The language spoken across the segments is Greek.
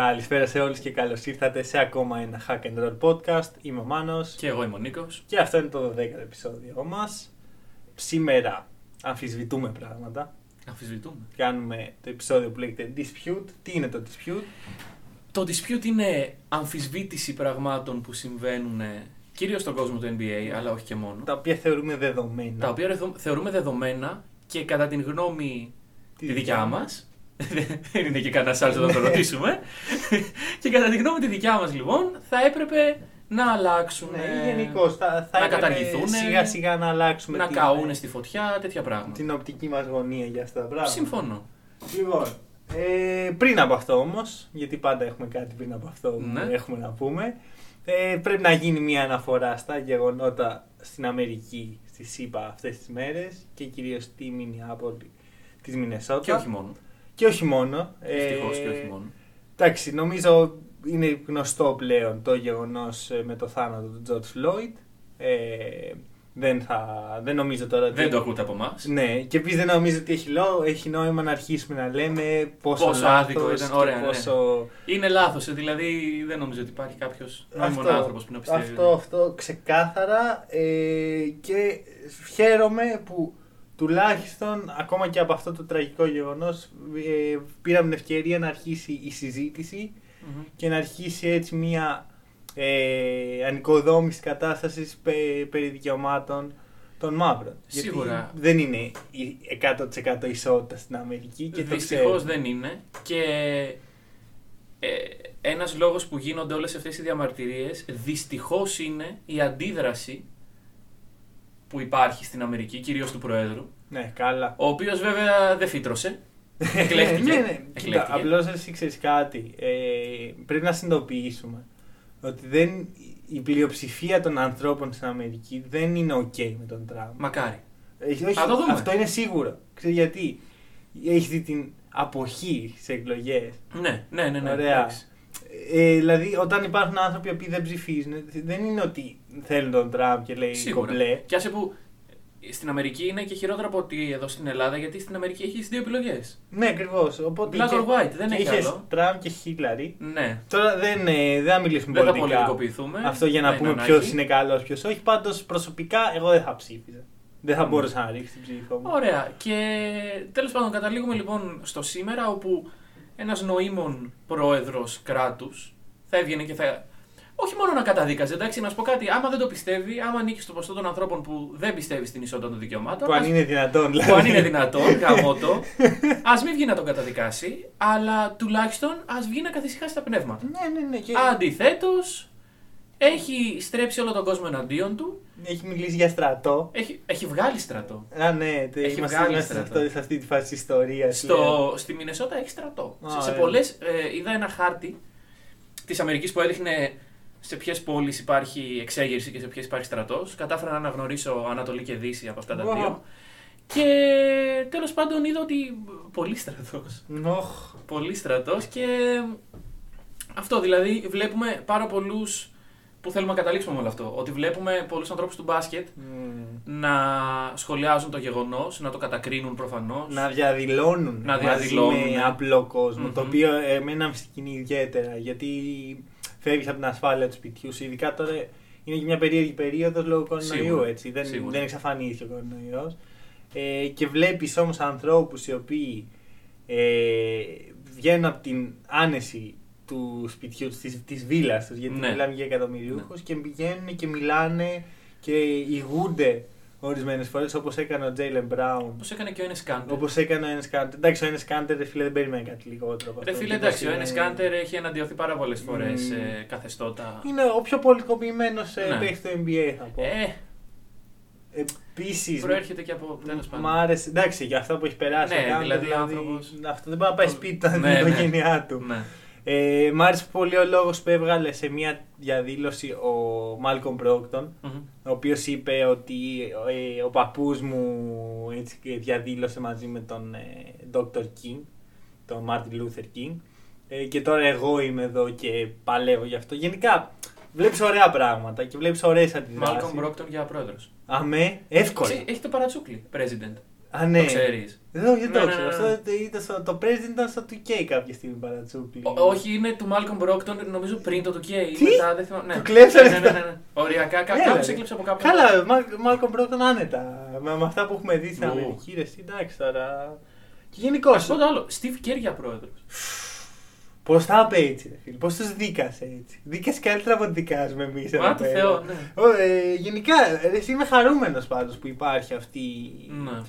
Καλησπέρα σε όλους και καλώς ήρθατε σε ακόμα ένα Hack and Roll podcast. Είμαι ο Μάνος Και εγώ είμαι ο Νίκος. και αυτό είναι το 12ο επεισόδιο μας. Σήμερα αμφισβητούμε πράγματα. Αμφισβητούμε. Κάνουμε το επεισόδιο που λέγεται Dispute. Τι είναι το Dispute? Το dispute είναι αμφισβήτηση πραγμάτων που συμβαίνουν κυρίως στον κόσμο του NBA, αλλά όχι και μόνο. Τα οποία θεωρούμε δεδομένα. Τα οποία ρεθο- θεωρούμε δεδομένα και κατά την γνώμη Τι τη δικιά Ναι. δικιά μας. Δεν είναι και κανένα άλλο να το ρωτήσουμε. και κατά τη γνώμη τη δικιά μας, λοιπόν, θα έπρεπε να αλλάξουν. Ναι, γενικώς. Θα, θα να έπρεπε καταργηθούνε, Σιγά σιγά να αλλάξουμε Να την, καούν στη φωτιά, τέτοια πράγματα. την οπτική μας γωνία για αυτά τα πράγματα. Συμφωνώ. Λοιπόν, ε, πριν από αυτό όμως, γιατί πάντα έχουμε κάτι πριν από αυτό που Ναι. έχουμε να πούμε, ε, πρέπει να γίνει μια αναφορά στα γεγονότα στην Αμερική, στη ΣΥΠΑ αυτές τις μέρες και κυρίως στη Μινιάπολη της Μινεσότα. Και όχι μόνο. Και όχι μόνο. ε, Ευτυχώς και όχι μόνο. Εντάξει, νομίζω είναι γνωστό πλέον το γεγονός ε, με το θάνατο του George Floyd. Ε, δεν, θα, δεν νομίζω τώρα ότι- Δεν το ακούτε από εμάς. ναι, και επειδή δεν νομίζω ότι έχει, λό, έχει νόημα να αρχίσουμε να λέμε πόσο, Πόσο λάθος άδικο ήταν, και ωραία, ναι. πόσο... Είναι λάθος, δηλαδή δεν νομίζω ότι υπάρχει κάποιος νόμιμο άνθρωπος που να πιστεύει. αυτό, αυτό ξεκάθαρα ε, και χαίρομαι που τουλάχιστον ακόμα και από αυτό το τραγικό γεγονός ε, πήραμε την ευκαιρία να αρχίσει η συζήτηση Μμμ. και να αρχίσει έτσι μια ε, ανοικοδόμηση κατάστασης πε, περί δικαιωμάτων των μαύρων. Σίγουρα. Γιατί δεν είναι η 100% ισότητα στην Αμερική και το Δυστυχώς ξέρουμε. δεν είναι. Και ε, ένας λόγος που γίνονται όλες αυτές οι διαμαρτυρίες δυστυχώς είναι η αντίδραση που υπάρχει στην Αμερική, κυρίως του Προέδρου, Ναι, καλά. ο οποίος βέβαια δεν φύτρωσε. Εκλέχτηκε. ναι, ναι. Εκλέχτηκε. Κοίτα, απλώς εσύ ξέρεις κάτι. Ε, πρέπει να συνειδητοποιήσουμε ότι δεν, η πλειοψηφία των ανθρώπων στην Αμερική δεν είναι ok με τον Τραμπ. Μακάρι. Ε, όχι, Θα το δούμε. Αυτό είναι σίγουρο. Ξέρεις γιατί. Έχει δει την αποχή σε εκλογές. Ναι, ναι, ναι. ναι Ωραία. εντάξει. Ε, δηλαδή, όταν υπάρχουν άνθρωποι που δεν ψηφίζουν, δεν είναι ότι θέλουν τον Τραμπ και λέει Σίγουρα. Ε, κομπλέ. Και άσε που στην Αμερική είναι και χειρότερα από ότι εδώ στην Ελλάδα, γιατί στην Αμερική έχει δύο επιλογές. Ναι, ακριβώς. Οπότε. Black και- or white, δεν και έχει είχες άλλο. Τραμπ και Χίλαρη. Ναι. Τώρα δεν, ε, δεν θα μιλήσουμε Δεν θα πολιτικά. πολιτικοποιηθούμε. Αυτό για να Δεν πούμε είναι ποιος ανάγκη. είναι καλός, ποιος όχι. Πάντως προσωπικά εγώ δεν θα ψήφιζα. Δεν θα μπορούσα να ρίξω την ψήφο μου. Ναι. Ωραία. Και τέλος πάντων, καταλήγουμε λοιπόν στο σήμερα όπου ένας νοήμων πρόεδρος κράτους θα έβγαινε και θα. Όχι μόνο να καταδίκαζε, εντάξει, να σου πω κάτι. Άμα δεν το πιστεύει, άμα νίκει το ποσοστό των ανθρώπων που δεν πιστεύει στην ισότητα των δικαιωμάτων. Που αν ας- είναι δυνατόν, δηλαδή. που αν είναι δυνατόν, γαμώ το. ας μην βγει να τον καταδικάσει, αλλά τουλάχιστον ας βγει να καθησυχάσει τα πνεύματα. Ναι, ναι, ναι. Και Αντιθέτως, έχει στρέψει όλο τον κόσμο εναντίον του. Έχει μιλήσει για στρατό. Έχει, έχει βγάλει στρατό. Α, ναι, τε- Έχει είμαστε, βγάλει είμαστε σε, στρατό. αυτό- σε αυτή τη φάση της ιστορίας. Στο, στη Μινεσότα έχει στρατό. Α, σε σε ε. πολλές, ε, είδα ένα χάρτη της Αμερικής που έδειχνε σε ποιες πόλεις υπάρχει εξέγερση και σε ποιες υπάρχει στρατός. Κατάφερα να αναγνωρίσω Ανατολή και Δύση από αυτά τα Wow. δύο. Και τέλος πάντων είδα ότι πολύ στρατός. Νοχ. Πολύ στρατός και αυτό δηλαδή βλέπουμε πάρα πολλούς. Που θέλουμε να καταλήξουμε με όλο αυτό. Ότι βλέπουμε πολλούς ανθρώπους του μπάσκετ Μμμ. να σχολιάζουν το γεγονός, να το κατακρίνουν προφανώς. να διαδηλώνουν, Να διαδηλώνουν, μαζί με ναι. απλό κόσμο, Μμμ. το οποίο εμένα με συγκινεί ιδιαίτερα, γιατί φεύγεις από την ασφάλεια του σπιτιού σου, ειδικά τώρα είναι και μια περίεργη περίοδος λόγω κορονοϊού, Σίγουρα. έτσι, δεν, Σίγουρα. δεν εξαφανίστηκε ο κορονοϊός. Ε, και βλέπεις όμως ανθρώπους οι οποίοι ε, βγαίνουν από την άνεση του σπιτιού, τους, της, της βίλας τους, γιατί Ναι. μιλάμε για εκατομμυριούχους και πηγαίνουν και μιλάνε και ηγούνται ορισμένες φορές όπως έκανε ο Τζέιλεν Μπράουν Όπως έκανε και ο Ένε Κάντερ. Όπως έκανε ο Ένε Κάντερ. Εντάξει, ο Ένε Κάντερ ρε φίλε, δεν περιμένει κάτι λιγότερο. από Ρε αυτό. φίλε, Δεν εντάξει, ο σημαίνει- Ένε Κάντερ έχει εναντιωθεί πάρα πολλές φορές Μμμ. ε, καθεστώτα. Είναι ο πιο πολιτικοποιημένο Ναι. παίκτη του NBA, θα πω. Ε, Επίσης. προέρχεται και από. Τέλος Μ' πάντων. άρεσε. Εντάξει, για αυτά που έχει περάσει. Ναι, ο Κάντερ, δηλαδή, άνθρωπος- Αυτό δεν πάει να πάει σπίτι του, την Ναι, ναι. οικογένειά του. Ναι. Ε, μ' άρεσε πολύ ο λόγος που έβγαλε σε μια διαδήλωση ο Μάλκομ Πρόκτον. Μμμ. ο οποίος είπε ότι ε, ο παππούς μου έτσι, και διαδήλωσε μαζί με τον ε, Dr. King, τον Martin Luther King ε, και τώρα εγώ είμαι εδώ και παλεύω γι' αυτό. Γενικά βλέπεις ωραία πράγματα και βλέπεις ωραίες αντιδράσεις. Μάλκομ Μπρόκτον για πρόεδρος. Αμέ, εύκολα. Έχει το παρατσούκλι, president. Α, ναι. Το ξέρεις. Δεν, δεν Ναι, το ξέρω. ναι, ναι, ναι. Αυτό ήταν στο- το President ήταν στο 2K κάποια στιγμή παρατσούκλι. Όχι, είναι του Μάλκομ Μπρόκτον, νομίζω πριν το 2K. ή Ναι. Τι? Μετά, δεν θυμάμαι. Ναι. Του κλέψανε Ναι, ναι, ναι, τα- ναι, ναι. Ωριακά, Ναι, κάποιο ρε. έκλεψε από κάποιον. Καλά, Μάρ- Μάλκομ Μπρόκτον άνετα. Με, με αυτά που έχουμε δει στην Ου. Αμερική, ρε, εσύ, εντάξει τώρα. Και γενικώς. Ας πω το άλλο. Steve Kerr για πρόεδρος. Πώς τα είπε έτσι, ρε φίλε, πώς τους δίκασε έτσι. Δίκασε καλύτερα από ότι δικάζουμε εμείς. Μα του ε. Θεό, ναι. γενικά, ρε, εσύ είμαι χαρούμενος πάντως που υπάρχει αυτή. Ναι.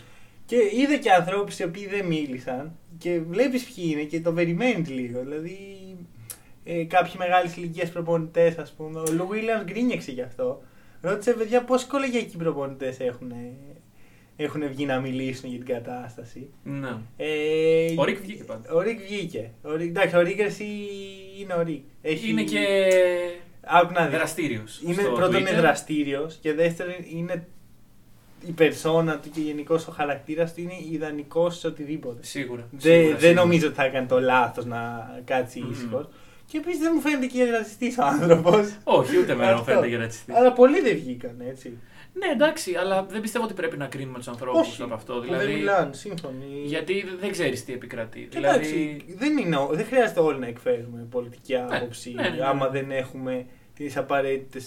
Και είδα και ανθρώπους οι οποίοι δεν μίλησαν και βλέπεις ποιοι είναι και το περιμένεις λίγο. Δηλαδή, ε, κάποιοι μεγάλες ηλικίες προπονητές, ας πούμε. Ο Λου Βίλιαμ γκρίνιαξε γι' αυτό. Ρώτησε, παιδιά, πόσοι κολεγιακοί προπονητές έχουν, έχουν βγει να μιλήσουν για την κατάσταση. ναι. Ε, Ο Ρικ βγήκε πάντα. Ο Ρικ βγήκε. Ο Ρικ, εντάξει, ο Ρικ εσύ είναι ο Ρικ. Έχει- Είναι και Άκου να δεις. δραστήριος. Είναι πρώτον είναι δραστήριος και δεύτερον είναι η περσόνα του και γενικώς ο χαρακτήρας του είναι ιδανικός σε οτιδήποτε. Σίγουρα. Δε- σίγουρα, δεν σίγουρα. νομίζω ότι θα έκανε το λάθος να κάτσει Μμμ. ήσυχος. Και επίσης δεν μου φαίνεται και ρατσιστής ο άνθρωπος. Όχι, ούτε εμένα μου Αυτό. φαίνεται και ρατσιστής. Αλλά πολλοί δεν βγήκαν έτσι. Ναι, εντάξει, αλλά δεν πιστεύω ότι πρέπει να κρίνουμε τους ανθρώπους Όχι, από αυτό. που δεν Δηλαδή, μιλάνε, σύμφωνοι. γιατί δεν ξέρεις τι επικρατεί. Και Ε, Εντάξει, Δηλαδή, δεν, είναι, ο- δεν χρειάζεται όλοι να εκφέρουμε πολιτική άποψη ναι, ναι, ναι. άμα δεν έχουμε τις απαραίτητες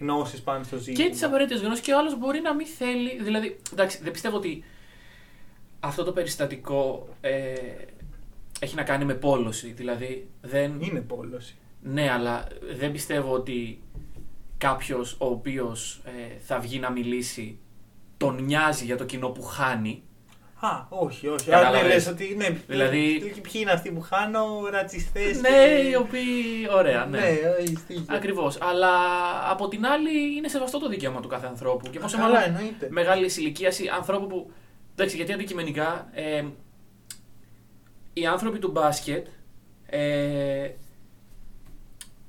γνώσεις πάνω στο ζήτημα. και τις απαραίτητες γνώσεις και ο άλλος μπορεί να μην θέλει. Δηλαδή, εντάξει, δεν πιστεύω ότι αυτό το περιστατικό ε, έχει να κάνει με πόλωση. Δηλαδή, δεν. Είναι πόλωση. Ναι, αλλά δεν πιστεύω ότι κάποιος ο οποίος θα βγει να μιλήσει τον νοιάζει για το κοινό που χάνει. Α, όχι, όχι. Αν Κατάλαβες. ναι, λες ότι. Ναι, Δηλαδή- και ποιοι είναι αυτοί που χάνω, ρατσιστές. Ναι, οι οποίοι. Ωραία, ναι. Ναι, όχι, στοιχεία. Ακριβώς. Αλλά από την άλλη είναι σεβαστό το δικαίωμα του κάθε ανθρώπου. Και πόσο Καλά, μάλλον εννοείται. μεγάλη ηλικία ανθρώπου που. Εντάξει, γιατί αντικειμενικά ε, οι άνθρωποι του μπάσκετ. Ε,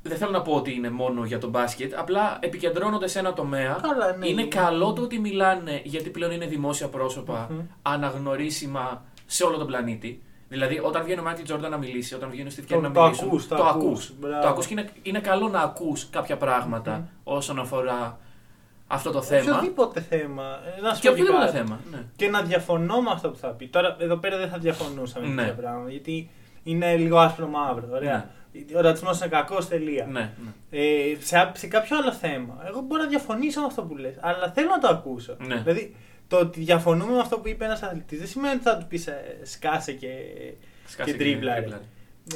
δεν θέλω να πω ότι είναι μόνο για τον μπάσκετ, απλά επικεντρώνονται σε ένα τομέα. Καλά, ναι. Είναι καλό το ότι μιλάνε, γιατί πλέον είναι δημόσια πρόσωπα, Μμμ. αναγνωρίσιμα σε όλο τον πλανήτη. Δηλαδή, όταν βγαίνει ο Μάικλ Τζόρνταν να μιλήσει, όταν βγαίνει ο Στιβ Το- Κέρ να το μιλήσει. ακούς, το το ακούς. ακούς. Μπράβο. Το ακούς και είναι, είναι καλό να ακούς κάποια πράγματα όσον αφορά αυτό το θέμα. Οποιοδήποτε θέμα. Ε, Να σου Και πω οποιοδήποτε κάτι. θέμα. Ναι. και να διαφωνώ με αυτό που θα πει. Τώρα εδώ πέρα δεν θα διαφωνούσαμε Ναι. με τέτοια πράγματα γιατί είναι λίγο άσπρο μαύρο. Ωραία. Ο ρατσισμός είναι κακός, τελεία. Ναι, ναι. Ε, σε, σε κάποιο άλλο θέμα. Εγώ μπορώ να διαφωνήσω με αυτό που λες, αλλά θέλω να το ακούσω. Ναι. Δηλαδή, το ότι διαφωνούμε με αυτό που είπε ένας αθλητής δεν σημαίνει ότι θα του πεις σκάσε και, Σκάσε ναι, και τρίμπλαρε. τρίμπλαρε.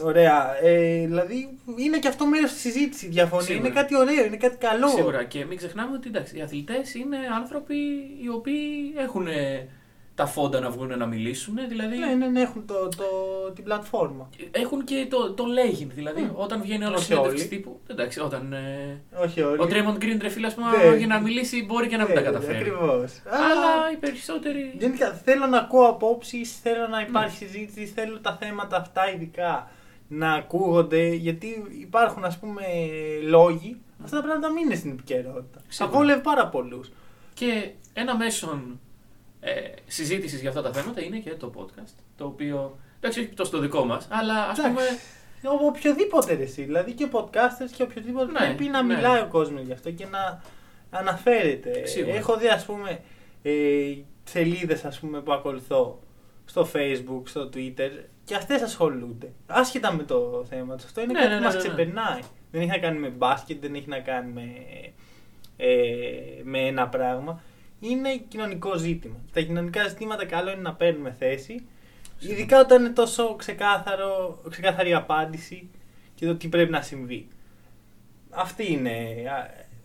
Ωραία. Ε, δηλαδή, είναι και αυτό μέρος της συζήτησης. Η διαφωνία Σίγουρα. είναι κάτι ωραίο, είναι κάτι καλό. Σίγουρα. Και μην ξεχνάμε ότι εντάξει, οι αθλητές είναι άνθρωποι οι οποίοι έχουν τα φόντα να βγουν να μιλήσουν. Δηλαδή, Ναι, ναι, ναι, έχουν το, το, την πλατφόρμα. έχουν και το, το λέγειν. Δηλαδή, Μμ. όταν βγαίνει άλλο Όχι συνέντευξη όλοι. τύπου. Εντάξει, όταν. ε, Όχι Ε, όλοι. ο Τρέμοντ Γκριν, ρε φίλε, ας πούμε, Ναι. για να μιλήσει μπορεί και να μην τα καταφέρει. Ακριβώς. Αλλά οι περισσότεροι. Γενικά θέλω να ακούω απόψεις, θέλω να υπάρχει συζήτηση, θέλω τα θέματα αυτά ειδικά να ακούγονται. Γιατί υπάρχουν ας πούμε λόγοι, αυτά τα πράγματα μην είναι στην επικαιρότητα. Σίγουρα. Θα βόλευε πάρα πολλούς. Και ένα μέσον ε, συζήτησης για αυτά τα θέματα είναι και το podcast. Το οποίο. Εντάξει, όχι το στο δικό μας, αλλά ας πούμε. Οποιοδήποτε ρε, εσύ, δηλαδή και podcasters και οποιοδήποτε Ναι, πρέπει να ναι. μιλάει ο κόσμος γι' αυτό και να αναφέρεται. Σίγουρα. Έχω δει ας πούμε ε, σελίδες ας πούμε που ακολουθώ στο facebook, στο twitter και αυτές ασχολούνται. Άσχετα με το θέμα τους. Αυτό είναι Ναι, κάτι ναι, που ναι, μας ναι, ναι. ξεπερνάει. Δεν έχει να κάνει με μπάσκετ, δεν έχει να κάνει με, ε, με ένα πράγμα. Είναι κοινωνικό ζήτημα. Τα κοινωνικά ζητήματα καλό είναι να παίρνουμε θέση. Σίγουρα. Ειδικά όταν είναι τόσο ξεκάθαρο, ξεκάθαρη απάντηση και το τι πρέπει να συμβεί. Αυτή είναι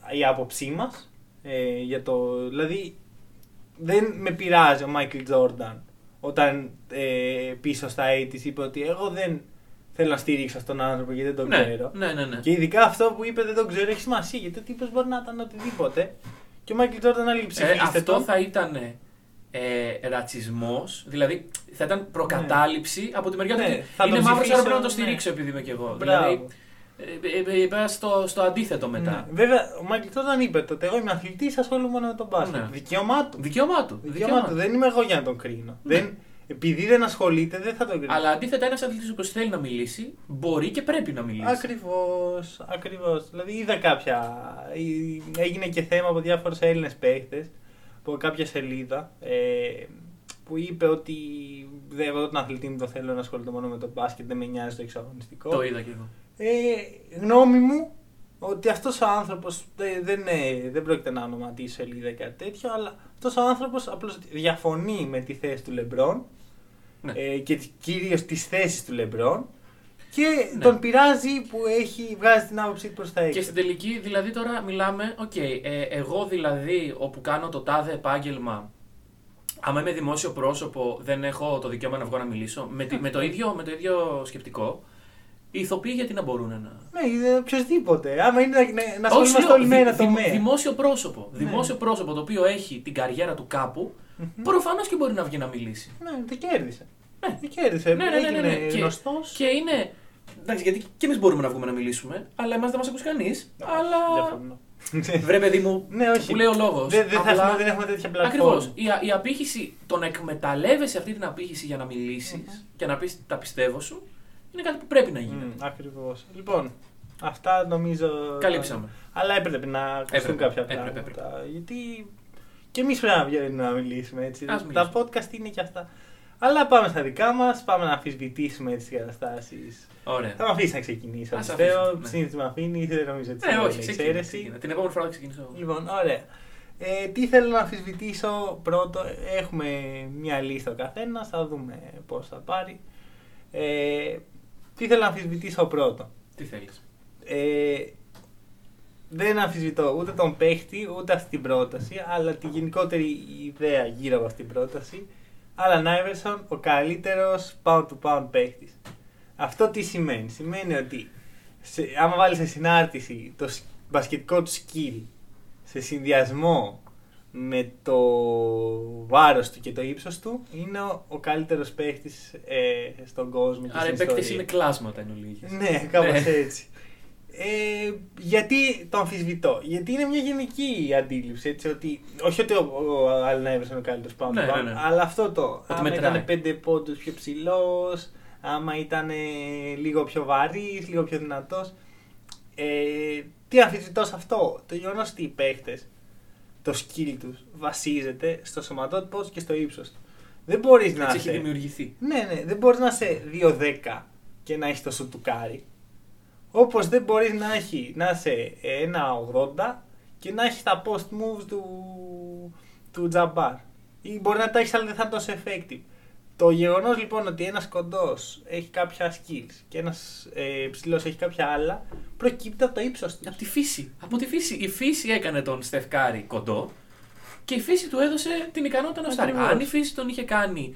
α, η άποψή μας. Ε, για το, δηλαδή, δεν με πειράζει ο Μάικλ Τζόρνταν όταν ε, πίσω στα 80's είπε ότι εγώ δεν θέλω να στηρίξω αυτόν τον άνθρωπο γιατί δεν τον Ναι, ξέρω. ναι, ναι. ναι. Και ειδικά αυτό που είπε δεν τον ξέρω έχει σημασία γιατί ο τύπος μπορεί να ήταν οτιδήποτε. Και ο Μάικλ Τζόρνταν έλεγε Ε, ψηφίστε αυτό τον. θα ήταν ε, ρατσισμός, δηλαδή θα ήταν προκατάληψη από τη μεριά του. Ναι, ότι θα τον είναι μαύρος, άρα ψηφίσω, πρέπει να το ναι. στηρίξω επειδή είμαι και εγώ. Μπράβο. Δηλαδή, ε, ε, ε, πέρα στο, στο αντίθετο μετά. Ναι. Βέβαια, ο Μάικλ Τζόρνταν είπε τότε: Εγώ είμαι αθλητής, ασχολούμαι μόνο με τον μπάσκετ. Ναι. Δικαίωμά του. Δικαίωμά του. Ναι. Δικαίωμά του. Δεν είμαι εγώ για να τον κρίνω. Δεν, επειδή δεν ασχολείται, δεν θα τον κρίνω. Αλλά αντίθετα, ένας αθλητής που θέλει να μιλήσει, μπορεί και πρέπει να μιλήσει. Ακριβώς, ακριβώς. Δηλαδή είδα κάποια. ή- Έγινε και θέμα από διάφορους Έλληνες παίχτες από κάποια σελίδα ε, που είπε ότι δεν εγώ τον αθλητή μου το θέλω να ασχολείται μόνο με το μπάσκετ, δεν με νοιάζει το εξαγωνιστικό. Το είδα και εγώ. Ε, γνώμη μου ότι αυτός ο άνθρωπος δε- δεν, ε, δεν πρόκειται να ονοματίσει σελίδα ή κάτι τέτοιο, αλλά αυτός ο άνθρωπος απλώς διαφωνεί με τη θέση του Λεμπρόν Ναι. ε, και τις- κυρίως τις θέσεις του Λεμπρόν και Ναι. τον πειράζει που έχει βγάζει την άποψή του προς τα Και έξω. στην τελική, δηλαδή τώρα μιλάμε, οκ, ε, εγώ δηλαδή όπου κάνω το τάδε επάγγελμα, άμα είμαι δημόσιο πρόσωπο, δεν έχω το δικαίωμα να βγω να μιλήσω. Με, τη- Ναι. με, το, ίδιο, με το ίδιο σκεπτικό, οι ηθοποιοί γιατί να μπορούν να. Ναι, είναι οποιοδήποτε. Άμα είναι να, να- να Όχι, ασχολούμαστε λέω, όλοι με δη- ένα δη- τομέα. Δημόσιο πρόσωπο. Ναι. Δημόσιο πρόσωπο το οποίο έχει την καριέρα του κάπου, Μμμ. προφανώς και μπορεί να βγει να μιλήσει. Ναι, το κέρδισε. Ναι. Το κέρδισε. Ναι, ναι, ναι, ναι, ναι. Έγινε Και- γνωστός. Και είναι. Εντάξει, γιατί και εμείς μπορούμε να βγούμε να μιλήσουμε, αλλά εμάς δεν μας ακούσει κανείς. Αλλά. Διαφωνώ. Βρε, παιδί μου, Ναι, όχι. που λέει ο λόγος. Δεν δεν θα έχουμε- δεν έχουμε τέτοια πλατφόρμα. Ακριβώς. Η, α- η απήχηση, το να εκμεταλλεύεσαι αυτή την απήχηση για να μιλησει και να πεις τα πιστεύω σου, είναι κάτι που πρέπει να Μμμ, γίνει. Ακριβώς. Λοιπόν, αυτά νομίζω. Καλύψαμε. Αλλά έπρεπε να ακουστούν Έπρεπε, κάποια έπρεπε, πράγματα. Γιατί και εμείς πρέπει να βγαίνουμε να μιλήσουμε έτσι. Ας Τα μιλήσουμε. podcast είναι και αυτά. Αλλά πάμε στα δικά μας, πάμε να αμφισβητήσουμε τις καταστάσεις. Ωραία. Θα με αφήσεις να ξεκινήσω. Ε. Ας Πιστεύω, αφήσουμε, ναι. συνήθως με αφήνεις, δεν νομίζω ότι Ναι, είναι όχι, εξαίρεση. ξεκίνα, ξεκίνα. Την επόμενη φορά θα ξεκινήσω. εγώ. Λοιπόν, ωραία. Ε, τι θέλω να αμφισβητήσω πρώτο, έχουμε μια λίστα ο καθένας, θα δούμε πώς θα πάρει. Ε, τι θέλω να αμφισβητήσω πρώτο. Τι θέλεις. Ε, δεν αμφισβητώ ούτε τον παίχτη, ούτε αυτή την πρόταση, αλλά τη γενικότερη ιδέα γύρω από αυτή την πρόταση. Άλλαν Άιβερσον, ο καλύτερος pound-to-pound παίχτης. Αυτό τι σημαίνει. Σημαίνει ότι σε, άμα βάλεις σε συνάρτηση το σ- μπασκετικό του skill σε συνδυασμό με το βάρος του και το ύψος του, είναι ο, ο καλύτερος παίχτης ε, στον κόσμο και Άρα οι στην παίκτες ιστορία. είναι κλάσματα εν ολίγης. Ναι, κάπως Ναι. έτσι. Ε, γιατί το αμφισβητώ, Γιατί είναι μια γενική αντίληψη. Έτσι, ότι, όχι ότι ο, ο Άλεν Άιβερσον είναι ο καλύτερος πάνω, Ναι, ναι, ναι. αλλά αυτό το. Ότι Άμα μετράει. ήταν 5 πόντους πιο ψηλός, άμα ήταν λίγο πιο βαρύς, λίγο πιο δυνατός. Ε, τι αμφισβητώ σε αυτό, Το γεγονός ότι οι παίχτες, το skill τους βασίζεται στο σωματότυπος τους και στο ύψος του. Δεν μπορείς να. Έτσι έχει είσαι- δημιουργηθεί. ναι, ναι, δεν μπορείς να είσαι 2-10 και να έχεις το σουτουκάρι. Όπως δεν μπορεί να, έχει, να είσαι 1-80 και να έχεις τα post moves του, του Τζαμπάρ. Ή μπορεί να τα έχεις, αλλά δεν θα είναι τόσο effective. Το γεγονός λοιπόν ότι ένας κοντός έχει κάποια skills και ένας ε, ψηλός έχει κάποια άλλα, προκύπτει από το ύψος του. Από τη φύση. Από τη φύση. Η φύση έκανε τον Στεφκάρη κοντό και η φύση του έδωσε την ικανότητα να στάρει. Ακριβώς. Αν η φύση τον είχε κάνει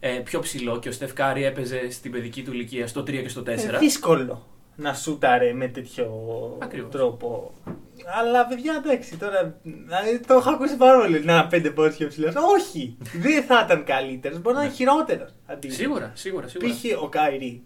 ε, πιο ψηλό και ο Στεφκάρη έπαιζε στην παιδική του ηλικία στο 3 και στο 4. Ε, δύσκολο να σούταρε με τέτοιο Ακριβώς. τρόπο. Αλλά παιδιά, εντάξει, τώρα δηλαδή, το έχω ακούσει πάρα πολύ. Να, πέντε πόντου πιο ψηλός. Όχι! δεν θα ήταν καλύτερος. Μπορεί να είναι χειρότερο. Ναι. Σίγουρα, σίγουρα, σίγουρα. Π.χ. ο Καϊρή.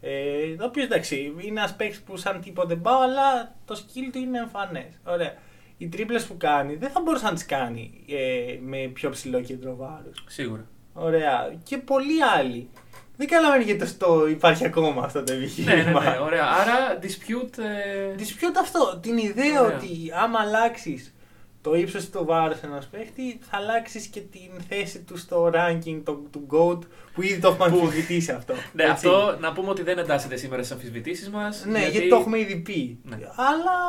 Ε, ο οποίος εντάξει, είναι ένας παίκτης που σαν τίποτα δεν πάω, αλλά το skill του είναι εμφανές. Ωραία. Οι τρίπλες που κάνει δεν θα μπορούσε να τις κάνει ε, με πιο ψηλό κέντρο βάρου. Σίγουρα. Ωραία. Και πολλοί άλλοι. Δεν καταλαβαίνω γιατί στο υπάρχει ακόμα αυτό το ναι, επιχείρημα. ναι, ναι, ωραία. Άρα, dispute. Ε... Dispute αυτό. Την ιδέα Ωραία. ότι άμα αλλάξεις το ύψος και το βάρο ενός παίχτη, θα αλλάξεις και την θέση του στο ranking το, του GOAT που ήδη το έχουμε Που- αμφισβητήσει αυτό. Ναι, Έτσι. αυτό να πούμε ότι δεν εντάσσεται σήμερα στις αμφισβητήσεις μας. Ναι, γιατί... το έχουμε ήδη πει. Ναι. Αλλά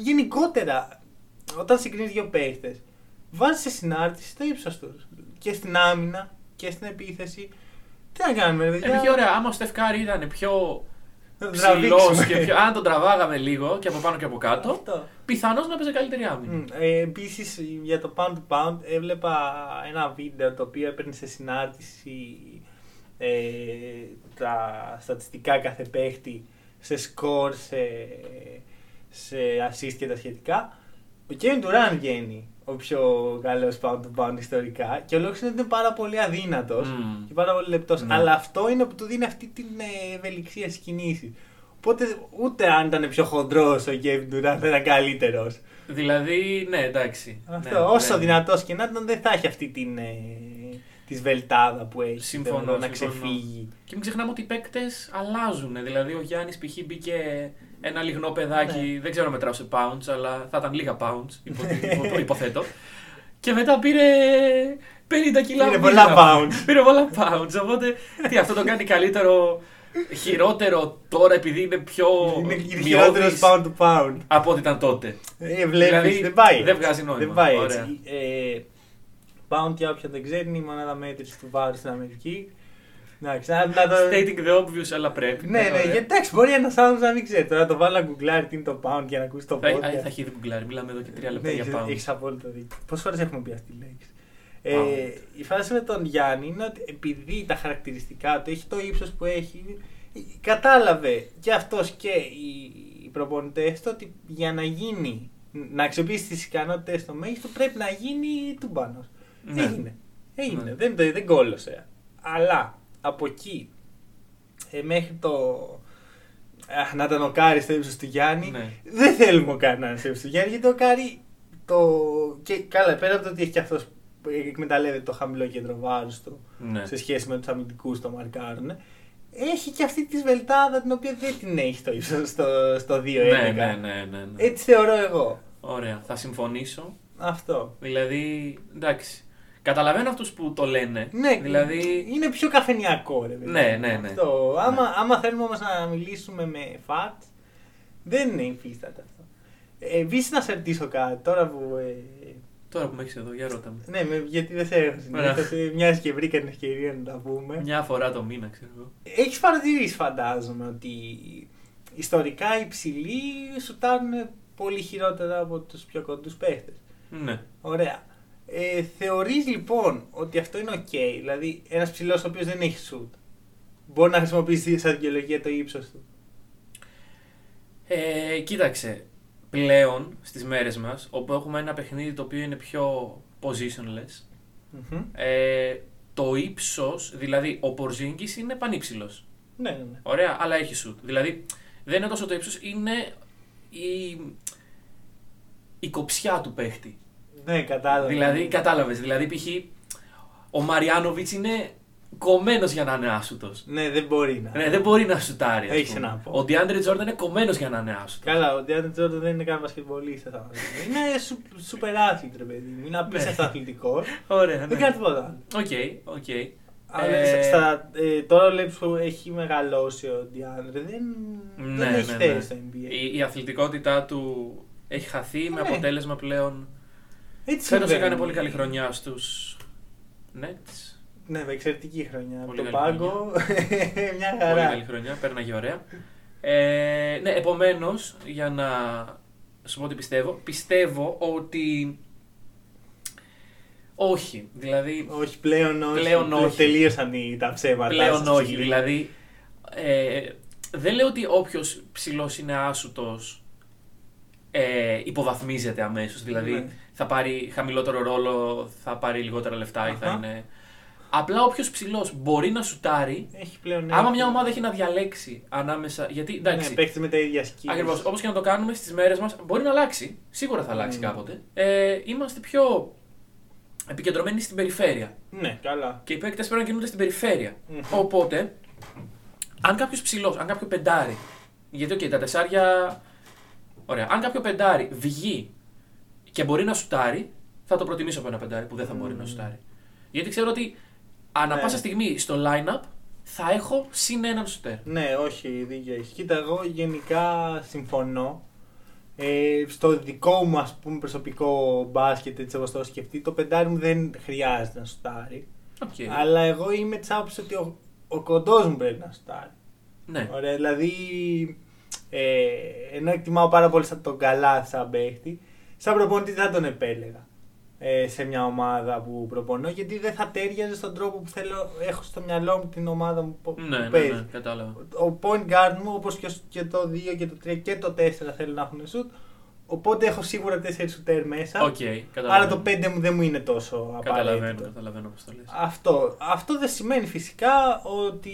γενικότερα, όταν συγκρίνεις δύο παίχτες, βάζεις σε συνάρτηση το ύψος τους. Και στην άμυνα και στην επίθεση. Τι να κάνουμε, ρε παιδιά. Επειδή, Ε, ωραία, άμα ο Στεφκάρη ήταν πιο Να ψηλός τραβήξουμε. και πιο. Αν τον τραβάγαμε λίγο και από πάνω και από κάτω, Αυτό. πιθανώς να παίζει καλύτερη άμυνα. Ε, Επίσης για το pound to pound έβλεπα ένα βίντεο το οποίο έπαιρνε σε συνάρτηση ε, τα στατιστικά κάθε παίχτη σε σκορ, σε, σε assist και τα σχετικά. Ο Kevin Durant βγαίνει ο πιο καλός pound to pound ιστορικά και ο λόγος είναι ότι είναι πάρα πολύ αδύνατος Μμμ. και πάρα πολύ λεπτός. Ναι. Αλλά αυτό είναι που του δίνει αυτή την ε, ευελιξία στις κινήσεις. Οπότε ούτε αν ήταν πιο χοντρός ο Kevin Durant θα ήταν καλύτερος. Δηλαδή, ναι, εντάξει. Αυτό, Ναι, όσο ναι. δυνατός και να ήταν, δεν θα έχει αυτή την. Ε, τη βελτάδα που έχει. Συμφωνώ, θεωρώ, να συμφωνώ. ξεφύγει. Και μην ξεχνάμε ότι οι παίκτες αλλάζουν. Δηλαδή, ο Γιάννης π.χ. μπήκε ένα λιγνό παιδάκι, Ναι. δεν ξέρω αν μετράω σε pounds, αλλά θα ήταν λίγα pounds, υπο- υπο- υποθέτω. Και μετά πήρε 50 κιλά. Πήρε μήλα. πολλά pounds. πήρε πολλά pounds. Οπότε τι, αυτό το κάνει καλύτερο, χειρότερο τώρα επειδή είναι πιο. Είναι χειρότερο μειώδης pound to pound. Από ό,τι ήταν τότε. Ε, βλέπεις, Δηλαδή, δεν πάει. δεν βγάζει νόημα. Δεν πάει Ωραία. έτσι. Ε, Pound, για όποιον δεν ξέρει, είναι η μονάδα μέτρηση του βάρου στην Αμερική. Εντάξει, να, να το... Stating the obvious, αλλά πρέπει. Ναι, ναι, Ωραία. γιατί εντάξει, μπορεί ένα άνθρωπο να μην ξέρει. Τώρα να το βάλω να γκουγκλάρει τι είναι το pound για να ακούσει το Θα, podcast. α, θα έχει δει γκουγκλάρι. Μιλάμε εδώ και τρία λεπτά Ναι, για pound. έχεις απόλυτο δίκιο. Πόσες φορές έχουμε πει αυτή τη λέξη. Ε, Pound. η φάση με τον Γιάννη είναι ότι επειδή τα χαρακτηριστικά του έχει το ύψος που έχει, ε, κατάλαβε και αυτός και οι, οι προπονητές του ότι για να γίνει, να αξιοποιήσει τις ικανότητες στο μέγιστο πρέπει να γίνει τουμπάνος. Ναι. Έγινε. Έγινε. Ναι. Δεν, δεν, δεν κόλωσε. Αλλά από εκεί ε, μέχρι το. Αχ, να τον οκάρει στο ύψο του Γιάννη. Ναι. Δεν θέλουμε ο κανένα στο ύψο του Γιάννη γιατί ο Κάρι. Το... Και καλά, πέρα από το ότι έχει και αυτός εκμεταλλεύεται το χαμηλό κέντρο βάρου του Ναι. σε σχέση με τους αμυντικούς το μαρκάρουν. Έχει και αυτή τη βελτάδα την οποία δεν την έχει στο ύψος στο, στο 2-11. Ναι, ναι, ναι, ναι, ναι. Έτσι θεωρώ εγώ. Ωραία, θα συμφωνήσω. Αυτό. Δηλαδή, εντάξει. Καταλαβαίνω αυτούς που το λένε. Ναι, Δηλαδή. είναι πιο καφενιακό, ρε παιδί. Ναι, ναι, ναι. Αυτό. Άμα, Ναι. άμα θέλουμε όμως να μιλήσουμε με φατ, δεν είναι υφίσταται αυτό. Επίση, να σε ρωτήσω κάτι τώρα που. ε, Τώρα που με έχεις εδώ, για ρώτα μου. ναι, με- γιατί δεν σε έχω συνήθω. Μοιάζει και βρήκα την ευκαιρία να τα πούμε. Μια φορά το μήνα, ξέρω εγώ. Έχεις παρατηρήσει, φαντάζομαι, ότι ιστορικά οι ψηλοί σουτάρουν πολύ χειρότερα από τους πιο κοντούς παίχτες. Ναι. Ωραία. Ε, θεωρείς λοιπόν ότι αυτό είναι ok, δηλαδή ένας ψηλός ο οποίος δεν έχει σουτ μπορεί να χρησιμοποιήσει σαν δικαιολογία το ύψος του. Ε, κοίταξε. Πλέον στις μέρες μας, όπου έχουμε ένα παιχνίδι το οποίο είναι πιο positionless, Μμμ. ε, το ύψος, δηλαδή ο Πορζίνγκη είναι πανύψηλος. Ναι, ναι, ναι. Ωραία, αλλά έχει σουτ. Δηλαδή δεν είναι τόσο το ύψος, είναι η... η κοψιά του παίχτη. Ναι, κατάλαβα. Δηλαδή, κατάλαβες. Δηλαδή, π.χ. ο Μαριάνοβιτ είναι κομμένος για να είναι άσουτος. Ναι, δεν μπορεί να. Ναι, δεν μπορεί να σουτάρει. ας Έχεις πούμε. να πω. Ο Ντιάντρε Τζόρνταν είναι κομμένος για να είναι άσουτος. Καλά, ο Ντιάντε Τζόρνταν δεν είναι καν πασκευολίστα. θα μας πείτε. Είναι σου, σούπερ άθλητο, ρε παιδί μου. Είναι Ναι. απίστευτα αθλητικός. Ωραία. δεν κάνει τίποτα άλλο. Οκ, οκ. ναι. Αλλά ναι. Ε, στα- ε, τώρα βλέπεις που έχει μεγαλώσει ο Ντιάντρε. Δεν, ναι, δεν ναι, έχει ναι. θέση στο NBA. Η, η αθλητικότητά του έχει χαθεί με Ναι. αποτέλεσμα πλέον. Έτσι Φέτος συμβαίνει. έκανε πολύ καλή χρονιά στους. Nets. Ναι, με εξαιρετική χρονιά. Πολύ το καλή πάγκο, μια Πολύ χαρά. καλή χρονιά, πέρναγε ωραία. Ε, ναι, επομένως, για να σου πω τι πιστεύω, πιστεύω ότι. Όχι. Δηλαδή, Όχι, πλέον όχι. Πλέον όχι. Τελείωσαν οι- τα ψέματα. πλέον στις όχι. ψυχή. Δηλαδή, ε, δεν λέω ότι όποιος ψηλός είναι άσουτο ε, υποβαθμίζεται αμέσως. Δηλαδή, Ναι. θα πάρει χαμηλότερο ρόλο, θα πάρει λιγότερα λεφτά ή θα Αχα. είναι. Απλά όποιος ψηλός μπορεί να σουτάρει. Έχει πλέον. Άμα μια ομάδα έχει να διαλέξει ανάμεσα. Γιατί εντάξει. Ναι, παίχτε με τα ίδια σκύλ. Ακριβώς. Όπως και να το κάνουμε στις μέρες μας, μπορεί να αλλάξει. Σίγουρα θα αλλάξει Ναι. κάποτε. Ε, είμαστε πιο επικεντρωμένοι στην περιφέρεια. Ναι, καλά. Και οι παίκτες πρέπει να κινούνται στην περιφέρεια. Μμμ. Οπότε, αν κάποιος ψηλός, αν κάποιο πεντάρι. Γιατί, οκ, τα τεσσάρια. Ωραία. Αν κάποιο πεντάρι βγει και μπορεί να σουτάρει, θα το προτιμήσω από ένα πεντάρι που δεν θα μπορεί να σουτάρει. Γιατί ξέρω ότι ανά Ναι. πάσα στιγμή στο line-up θα έχω συν έναν σουτέρ. Ναι, όχι, δίκιο έχεις. Κοίτα, εγώ γενικά συμφωνώ. Ε, στο δικό μου ας πούμε, προσωπικό μπάσκετ, έτσι όπως το έχω σκεφτεί, το πεντάρι μου δεν χρειάζεται να σουτάρει. Okay. Αλλά εγώ είμαι της άποψης ότι ο, ο κοντός μου πρέπει να σουτάρει. Ναι. Ωραία, δηλαδή ε, ενώ εκτιμάω πάρα πολύ σαν τον καλά σαν παίχτη, σαν προπονητή δεν θα τον επέλεγα ε, σε μια ομάδα που προπονώ γιατί δεν θα τέριαζε στον τρόπο που θέλω, έχω στο μυαλό μου την ομάδα μου που, Ναι, που ναι, παίζει. ναι, κατάλαβα. Ο point guard μου όπως και, ο- και το 2 και το 3 και το 4 θέλω να έχουν shoot οπότε έχω σίγουρα 4 shooter μέσα Οκ, άρα καταλαβαίνω. το 5 μου δεν μου είναι τόσο Καταλαβαίνω, απαραίτητο. καταλαβαίνω πώς το λες. Αυτό. Αυτό δεν σημαίνει φυσικά ότι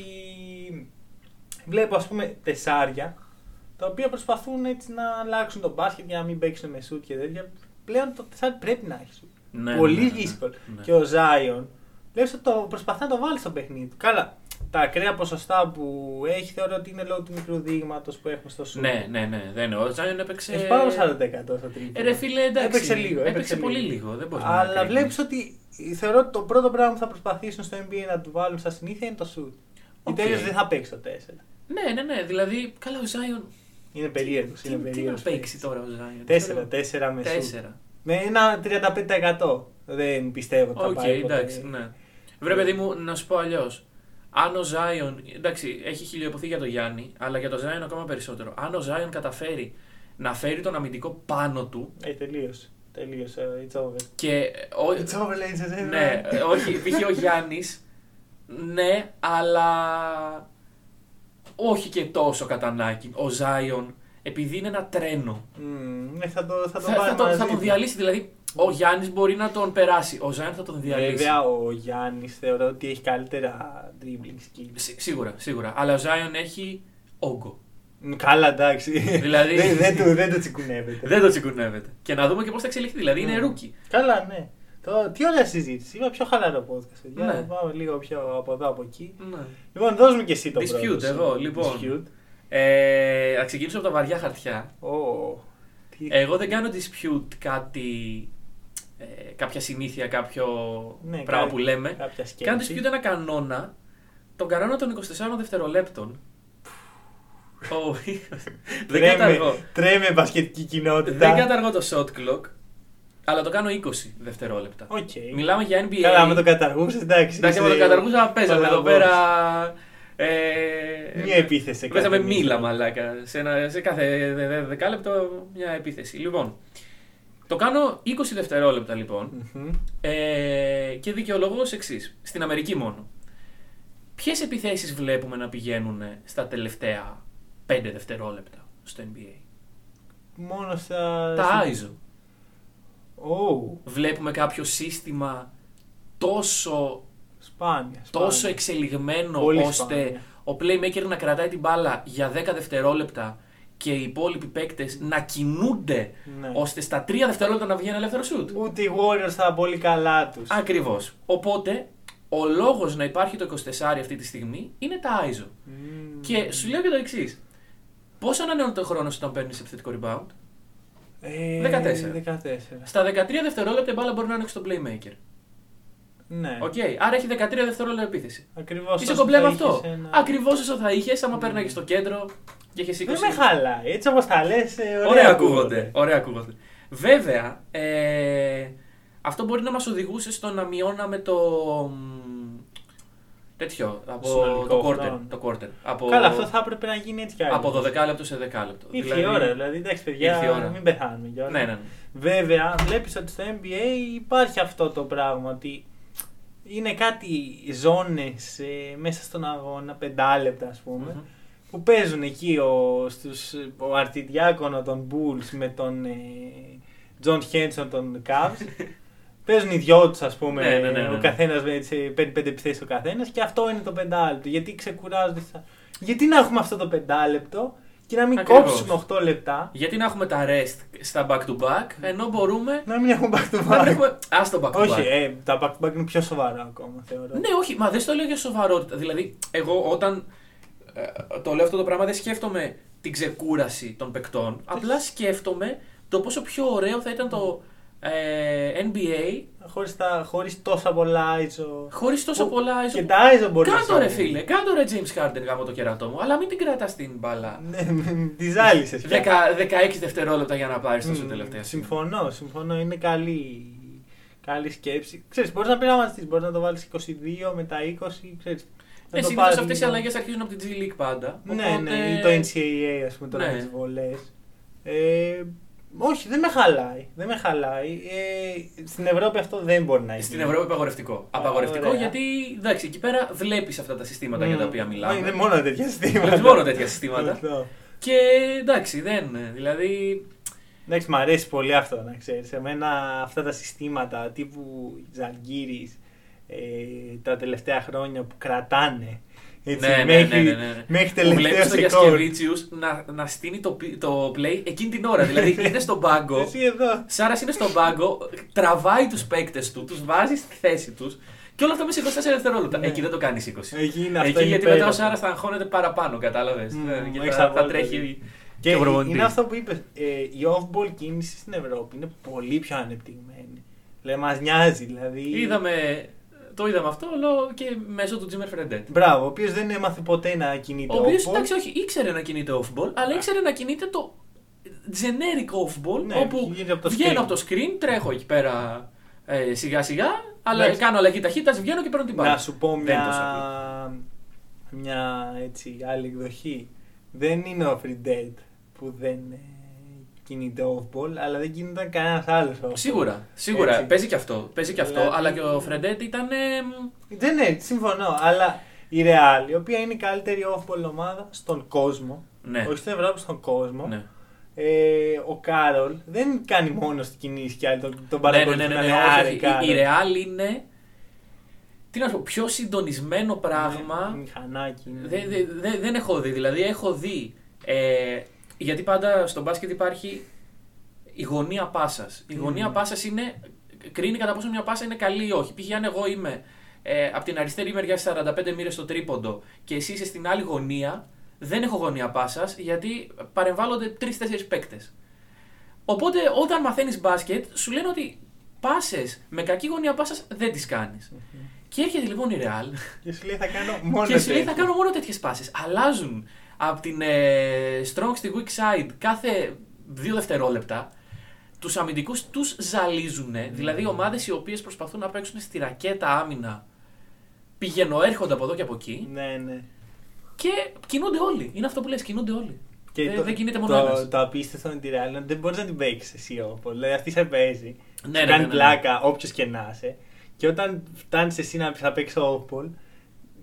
βλέπω ας πούμε τεσσάρια τα οποία προσπαθούν έτσι να αλλάξουν τον μπάσκετ για να μην παίξουν με σουτ και τέτοια. Πλέον το τεσσάρι πρέπει να έχει σουτ. Ναι, Πολύ ναι, ναι, ναι, ναι. δύσκολο. Ναι. Και ο Ζάιον, βλέπεις ότι το προσπαθεί να το βάλει στο παιχνίδι του. Καλά, τα ακραία ποσοστά που έχει θεωρώ ότι είναι λόγω του μικρού δείγματος που έχουμε στο σου. Ναι, ναι, ναι. Δεν, ο Ζάιον έπαιξε. Έχει πάνω από 40% στο τρίποντο. Ε, Ρε φίλε, εντάξει. Έπαιξε λίγο. Έπαιξε, πολύ λίγο. Δεν μπορείς να Αλλά κρίνεις. βλέπεις ότι θεωρώ ότι το πρώτο πράγμα που θα προσπαθήσουν στο NBA να του βάλουν σαν συνήθεια είναι το σουτ. Οκ. Okay. δεν θα παίξει το 4. Ναι, ναι, ναι. Δηλαδή, καλά, ο Ζάιον. Είναι περίεργος. Τι, Είναι τι να περίεργος. παίξει τώρα ο Ζάιον. Τέσσερα, τέσσερα με σουτ. Τέσσερα. Με ένα 35% δεν πιστεύω ότι θα Οκ, πάει. ποτέ. εντάξει, ναι. Βρε, παιδί μου, να σου πω αλλιώς. Αν ο Ζάιον. Εντάξει, έχει χιλιοποθεί για τον Γιάννη, αλλά για τον Ζάιον ακόμα περισσότερο. Αν ο Ζάιον καταφέρει να φέρει τον αμυντικό πάνω του Ε, τελείωσε. Τελείωσε. It's over. και. Ο... It's over, λέει σε ναι, ε, όχι, π.χ. ο Γιάννης. Ναι, αλλά. Όχι και τόσο κατανάκι. Ο Ζάιον, επειδή είναι ένα τρένο. Ναι, θα το, θα το Θα, πάρει θα, τον- θα μαζί τον του. διαλύσει. Δηλαδή, ο Γιάννης μπορεί να τον περάσει. Ο Ζάιον θα τον διαλύσει. Ναι, Βέβαια, ο Γιάννης θεωρώ ότι έχει καλύτερα dribbling skills. Σι- σίγουρα, σίγουρα. Αλλά ο Ζάιον έχει όγκο. Μ, Καλά, εντάξει. Δηλαδή- δεν, δεν, του, δεν το τσικουνεύεται. Δεν το τσιγκουνεύεται. Και να δούμε και πώς θα εξελιχθεί. Δηλαδή είναι Mm. ρούκι. Καλά, ναι. Το, τι ωραία συζήτηση. Είπα πιο χαλαρό podcast. Για Ναι. να πάμε λίγο πιο από εδώ από εκεί. Ναι. Λοιπόν, δώσ' μου και εσύ το Dispute, πρώτο. σου. εγώ, λοιπόν. Dispute. Ε, να ξεκινήσω από τα βαριά χαρτιά. Ω, τι- Εγώ δεν κάνω dispute κάτι. ε, κάποια συνήθεια, κάποιο Ναι, πράγμα κα- που λέμε. κάποια σκέψη. Κάνω dispute ένα κανόνα. Τον κανόνα των 24 δευτερολέπτων. Ο- δεν τρέμε, καταργώ. τρέμε μπασκετική κοινότητα. Δεν καταργώ το shot clock, αλλά το κάνω 20 δευτερόλεπτα. Οκ. Μιλάμε για NBA. Καλά, με το καταργούσες, εντάξει. Εντάξει, άμα είσαι το καταργούσα, παίζαμε εδώ παλαβός. πέρα. Ε, Μία επίθεση κάθε Παίζαμε μήνα. μίλα, μαλάκα. Σε, ένα, σε κάθε δε- δε- δεκάλεπτο μια επίθεση. Λοιπόν, το κάνω 20 δευτερόλεπτα λοιπόν. Μμμ. Ε, και δικαιολογώ ως εξής. Στην Αμερική μόνο. Ποιες επιθέσεις βλέπουμε να πηγαίνουν στα τελευταία 5 δευτερόλεπτα στο NBA. Μόνο στα. Τα στα- ISO. Ω, Βλέπουμε κάποιο σύστημα τόσο σπάνια. σπάνια. τόσο εξελιγμένο Πολύ ώστε σπάνια. ο playmaker να κρατάει την μπάλα για 10 δευτερόλεπτα και οι υπόλοιποι παίκτες να κινούνται Ναι. ώστε στα 3 δευτερόλεπτα να βγει ένα ελεύθερο σουτ. Ούτε οι Warriors θα πολύ καλά τους. Ακριβώς. Οπότε ο λόγος να υπάρχει το 24 αυτή τη στιγμή είναι τα ISO. Mm. Και σου λέω και το εξής. Πόσο ανανεώνει το χρόνος όταν παίρνεις επιθετικό rebound, Ε, 14. 14. Στα 13 δευτερόλεπτα η μπάλα μπορεί να είναι στο playmaker. Ναι. Οκ, άρα έχει 13 δευτερόλεπτα επίθεση. Ακριβώς. Είσαι κομπλέ με αυτό. Ακριβώς όσο θα είχες, άμα πέρναγε στο κέντρο και είχε 20. Δεν με χαλάει. Έτσι όπως τα λες. Ωραία, Ωραία ακούγονται. Ωραία ακούγονται. Βέβαια, ε, αυτό μπορεί να μας οδηγούσε στο να μειώναμε το. μ, τέτοιο. Από Συνολικό το quarter. χρόνο. Το quarter. Από, Καλά, αυτό θα έπρεπε να γίνει έτσι κι άλλο. από 12 λεπτό σε 10 λεπτό. Ήρθε η ώρα, δηλαδή. Εντάξει, παιδιά, Ήρθε η ώρα. μην πεθάνουμε κιόλας. Ναι, ναι, ναι. Βέβαια, βλέπεις ότι στο NBA υπάρχει αυτό το πράγμα. Ότι είναι κάτι ζώνες μέσα στον αγώνα, πεντάλεπτα ας πούμε. Μμμ. που παίζουν εκεί ο, στους, ο Αρτιδιάκονο των Bulls με τον ε, John Henson των Cavs. παίζουν οι δυο τους, ας πούμε. Ναι, ναι, ναι, ναι, ναι. Ο καθένας με έτσι, παίρνει πέντε επιθέσεις ο καθένας και αυτό είναι το πεντάλεπτο. Γιατί ξεκουράζονται. στα- Γιατί να έχουμε αυτό το πεντάλεπτο και να μην Ακριβώς. κόψουμε 8 λεπτά. Γιατί να έχουμε τα rest στα back to back, ενώ μπορούμε. Να μην έχουμε back to να μην back. έχουμε. Ας το back to back. Ναι. Όχι, ε, τα back to back είναι πιο σοβαρά ακόμα θεωρώ. Ναι, όχι, μα δεν στο λέω για σοβαρότητα. Δηλαδή, εγώ όταν ε, το λέω αυτό το πράγμα δεν σκέφτομαι την ξεκούραση των παικτών. Απλά σκέφτομαι το πόσο πιο ωραίο θα ήταν το ε, NBA Χωρίς, τα, χωρίς τόσα πολλά ISO. χωρί τόσο Που- πολλά Και ISO. τα ISO μπορείς να Κάντο ρε σε- φίλε, κάντο ρε James Harden γάμο το κερατό μου, αλλά μην την κρατάς την μπαλά. Ναι, τη ζάλισες. Δεκα- 16 δευτερόλεπτα για να πάρεις το σου Ναι, Μμμ, τελευταία. στιγμή. Συμφωνώ, συμφωνώ. Είναι καλή, καλή σκέψη. Ξέρεις, μπορείς να πειραματιστείς, μπορείς να το βάλεις 22 με τα 20, ξέρεις. να Ναι, το συνήθως πάρεις αυτές οι λίγο. αλλαγές αρχίζουν από την G League πάντα. Ναι, ναι, Οπότε- ή το NCAA, ας πούμε, τώρα Ναι. με τις βολές. Ε, όχι, δεν με χαλάει. Δεν με χαλάει. Ε, στην Ευρώπη αυτό δεν μπορεί να γίνει. Ε, Στην Ευρώπη απαγορευτικό. Α, Απαγορευτικό ωραία. γιατί εντάξει, εκεί πέρα βλέπεις αυτά τα συστήματα για τα οποία Μμμ. μιλάμε. Όχι, δεν Mm. μόνο τέτοια συστήματα. Βλέπεις μόνο τέτοια συστήματα. Αυτό. Και εντάξει, δεν. Δηλαδή. Εντάξει, μου αρέσει πολύ αυτό να ξέρεις. Εμένα αυτά τα συστήματα τύπου Τζαγκύρης ε, τα τελευταία χρόνια που κρατάνε. Έτσι, ναι, ναι, μέχρι, ναι, ναι, ναι. μέχρι Που βλέπεις τελευταίο τον σεκόρ. Γιασκεβίτσιους να, να στείνει το, πι- το play εκείνη την ώρα. δηλαδή είναι στον πάγκο. Εσύ εδώ. Σάρας είναι στον πάγκο, τραβάει τους παίκτες του, τους βάζει στη θέση τους Και όλα αυτά μέσα σε 24 δευτερόλεπτα. Εκεί δεν το κάνει 20. Ναι. Εκεί είναι αυτό. Εκεί είναι γιατί μετά ο υπέροχο. Ναι, Σάρας θα αγχώνεται παραπάνω, κατάλαβες. Μμμ, και έχεις θα, θα απόλυτο τρέχει. δίκιο. Και, Και ο προπονητής. είναι αυτό που είπες. Ε, η off-ball κίνηση στην Ευρώπη είναι πολύ πιο ανεπτυγμένη. Δηλαδή, μας νοιάζει. Δηλαδή... Είδαμε, το είδαμε αυτό λέω, και μέσω του Τζίμερ Φρεντέτ. Μπράβο, ο οποίος δεν έμαθε ποτέ να κινείται Ο οποίος off-ball. εντάξει, όχι, ήξερε να κινείται off-ball, αλλά ήξερε να κινείται το generic off-ball, Ναι, όπου γίνεται από το βγαίνω screen. από το screen, τρέχω εκεί πέρα ε, σιγά σιγά, αλλά Εντάξει. κάνω αλλαγή ταχύτητα, βγαίνω και παίρνω την μπάλα. Να σου πω Δεν το σαπλώ. μια, μια έτσι, άλλη εκδοχή. Δεν είναι ο Free Dead που δεν ε, κινείται off-ball, αλλά δεν κινείται κανένας άλλος. Σίγουρα, σίγουρα. Έτσι. Παίζει και αυτό. Παίζει και αυτό. Δηλαδή- Αλλά και ο Φρεντέτ ήταν. ε, μ, Δεν ναι, συμφωνώ, αλλά η Real, η οποία είναι η καλύτερη off-ball ομάδα στον κόσμο, ναι. όχι στην Ευρώπη, στον κόσμο, ναι. ε, ο Κάρολ δεν κάνει μόνο την κινήσει και άλλοι τον, τον Ναι, ναι, παρακολουθούν. ναι, ναι, ναι, αλλά, όχι, «Άρε, όχι. Κάρολ». Η, η Real είναι. Τι να σου πω, πιο συντονισμένο πράγμα. Ναι, μηχανάκι. ναι. Δεν- δεν- δεν- δεν έχω δει. Δηλαδή, έχω δει. ε, γιατί πάντα στο μπάσκετ υπάρχει η γωνία πάσας. Η Mm. γωνία πάσας είναι. κρίνει κατά πόσο μια πάσα είναι καλή ή όχι. Π.χ. αν εγώ είμαι ε, από την αριστερή μεριά στις 45 μοίρες στο τρίποντο και εσύ είσαι στην άλλη γωνία, δεν έχω γωνία πάσας γιατί παρεμβάλλονται τρει-τέσσερι παίκτες. Οπότε όταν μαθαίνεις μπάσκετ, σου λένε ότι πάσες με κακή γωνία πάσας δεν τις κάνεις. Και έρχεται λοιπόν η Real Και σου λέει θα κάνω μόνο και σου λέει θα τέτοιο. κάνω μόνο τέτοιες πάσει. Αλλάζουν από την ε, strong στη weak side κάθε δύο δευτερόλεπτα. Τους αμυντικούς τους ζαλίζουν. Δηλαδή, Ναι. ομάδες οι οποίες προσπαθούν να παίξουν στη ρακέτα άμυνα πηγαίνω, έρχονται από εδώ και από εκεί Ναι, ναι. και κινούνται όλοι. Είναι αυτό που λες, κινούνται όλοι. δεν, το- Ε, δεν κινείται μόνο το, ένας. Το απίστευτο με τη Real είναι ότι δεν μπορεί να την παίξεις εσύ όπω. Δηλαδή αυτή σε παίζει. Ναι, σου ναι, ναι, κάνει ναι, ναι. πλάκα όποιος και να είσαι. Και όταν φτάνεις εσύ να θα παίξει όπολ,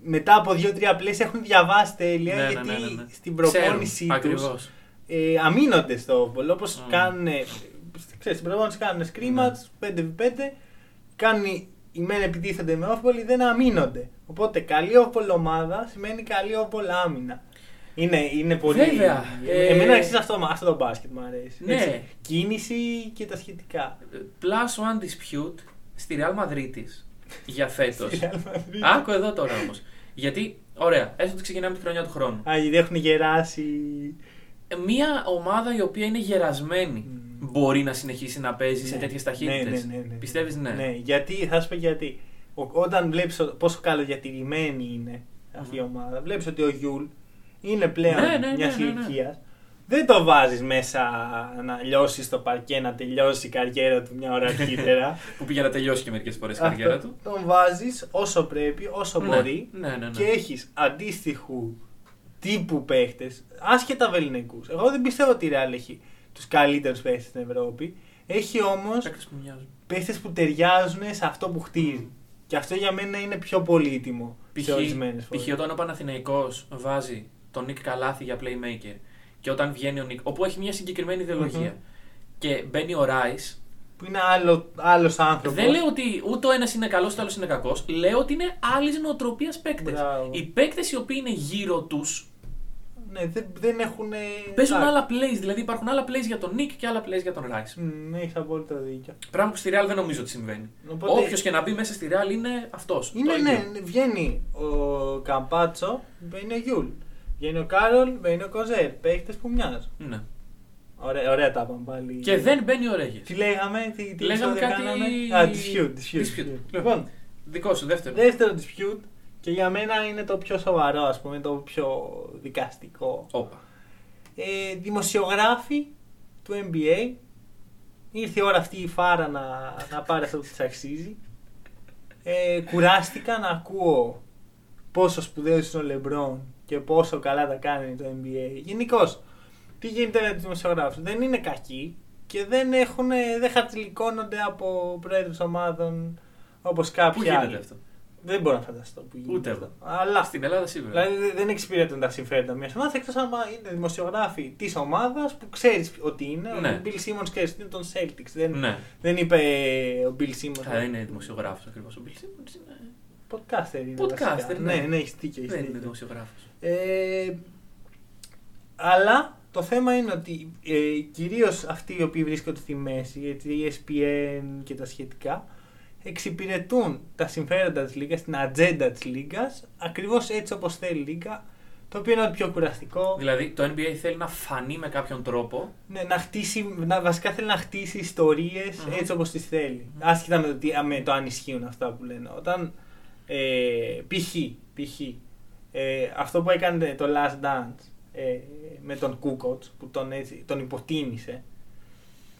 μετά από δύο-τρία plays έχουν διαβάσει τέλεια Ναι, ναι, γιατί ναι, ναι, ναι. στην προπόνησή Ξέρουν, τους ακριβώς. ε, αμήνονται στο όπολ. Όπω Mm. κάνουν. ε, Ξέρεις, στην προπόνηση κάνουν Ναι. screamers 5v5. Κάνουν οι μεν επιτίθενται με όπολ, οι δεν αμήνονται. Οπότε καλή όπολ ομάδα σημαίνει καλή όπολ άμυνα. Είναι, είναι πολύ. Βέβαια, ε, Εμένα εξή αυτό, αυτό το μπάσκετ μου αρέσει. Ναι. Έτσι, κίνηση και τα σχετικά. Plus one dispute στη Real Madrid για φέτο. Στη Real Madrid. Άκου εδώ τώρα όμως. Γιατί, ωραία, έστω ότι ξεκινάμε τη χρονιά του χρόνου. Α, γιατί έχουν γεράσει. Μία ομάδα η οποία είναι γερασμένη Μμμ. μπορεί να συνεχίσει να παίζει σε Ναι. τέτοιες ταχύτητε. Ναι, ναι, ναι, ναι. Πιστεύεις, ναι. Ναι, γιατί, θα σου πω γιατί. Ο- όταν βλέπεις πόσο καλοδιατηρημένη είναι αυτή η Μμμ. ομάδα, βλέπεις ότι ο Γιούλ είναι πλέον Ναι, ναι, μια ναι, ναι, ναι. ηλικίας. Δεν το βάζεις μέσα να λιώσεις στο παρκέ, να τελειώσει η καριέρα του μια ώρα αρχίτερα. Που πήγε να τελειώσει και μερικές φορές η καριέρα Αυτό του. Τον βάζεις όσο πρέπει, όσο Ναι. μπορεί. Ναι, ναι, ναι. Και έχεις αντίστοιχου τύπου παίχτες, άσχετα βεληνικούς. Εγώ δεν πιστεύω ότι η Real έχει τους καλύτερους παίχτες στην Ευρώπη. Έχει όμως Παίκτες που μοιάζουν. παίχτες που ταιριάζουν σε αυτό που χτίζει. Και αυτό για μένα είναι πιο πολύτιμο σε ορισμένε Π.χ. φορέ. π.χ. όταν ο Παναθηναϊκός βάζει τον Νίκ Καλάθη για playmaker και όταν βγαίνει ο Νίκ. όπου έχει μια συγκεκριμένη ιδεολογία. Και μπαίνει ο Ράις, Που είναι άλλο άλλος άνθρωπος. Δεν λέω ότι ούτε ο ένας είναι καλός, ούτε ο άλλος είναι κακός. Λέω ότι είναι άλλης νοοτροπίας παίκτες. Μπράβο. Οι παίκτες οι οποίοι είναι γύρω τους Ναι, δεν, δεν έχουν. παίζουν άλλα plays. Δηλαδή υπάρχουν άλλα plays για τον Νικ και άλλα plays για τον Ράις. Έχει απόλυτο δίκιο. Πράγμα που στη Real δεν νομίζω ότι συμβαίνει. Οπότε- Όποιος και να μπει μέσα στη Real είναι αυτός. Είναι, ναι, ναι, βγαίνει ο Καμπάτσο, μπαίνει ο Γιούλ. Βγαίνει ο Κάρολ, μπαίνει ο Κοζέρ. Παίχτες που μοιάζουν. ναι. Ωραία, ωραία τα είπαμε πάλι. Και δεν μπαίνει ο Ρέγες. Τι λέγαμε, τι, τι Λέγαμε επεισόδιο κάτι- κάναμε. Α, dispute, dispute. Dispute. Λοιπόν, Δικό σου, δεύτερο. δεύτερο dispute και για μένα είναι το πιο σοβαρό, ας πούμε, το πιο δικαστικό. Όπα. Ε, δημοσιογράφοι του NBA. Ήρθε η ώρα αυτή η φάρα να, να πάρει αυτό που της αξίζει. Ε, κουράστηκα να ακούω πόσο σπουδαίος είναι ο Λεμπρόν και πόσο καλά τα κάνει το NBA. Γενικώς, τι γίνεται με τους δημοσιογράφους. Δεν είναι κακοί και δεν, έχουν, δεν χαρτιλικώνονται από πρόεδρους ομάδων όπως κάποιοι Πού γίνεται άλλοι. αυτό. Δεν μπορώ να φανταστώ που γίνεται Ούτε αυτό. εγώ. Ναι. Αλλά Στην Ελλάδα σίγουρα. Δηλαδή δε- δεν εξυπηρετούν τα συμφέροντα μιας ομάδας εκτός αν είναι δημοσιογράφοι της ομάδας που ξέρεις ότι είναι. Ναι. Ο Bill Simmons ξέρεις ότι είναι των Celtics. Δεν, Ναι. δεν είπε ε, ο Bill Simmons. Θα είναι δημοσιογράφος ακριβώς ο Bill Simmons είναι- Podcaster είναι. Podcaster, βασικά. ναι. ναι, ναι έχεις δίκιο. έχεις Δεν είναι δίκιο. δημοσιογράφος. Ε, αλλά το θέμα είναι ότι E ε, κυρίως αυτοί οι οποίοι βρίσκονται στη μέση, έτσι, η ESPN και τα σχετικά, εξυπηρετούν τα συμφέροντα της Λίγκας, την ατζέντα της Λίγκας, ακριβώς έτσι όπως θέλει η Λίγκα, το οποίο είναι ό,τι πιο κουραστικό. Δηλαδή το NBA θέλει να φανεί με κάποιον τρόπο. Ναι, να χτίσει, να, βασικά θέλει να χτίσει ιστορίες Μμμ. έτσι όπως τις θέλει. Μμμ. Άσχετα με το, τι, με το αν ισχύουν αυτά που λένε. Όταν ε, π.χ. π.χ. Ε, αυτό που έκανε το Last Dance ε, με τον Κούκοτς που τον, έτσι, τον υποτίμησε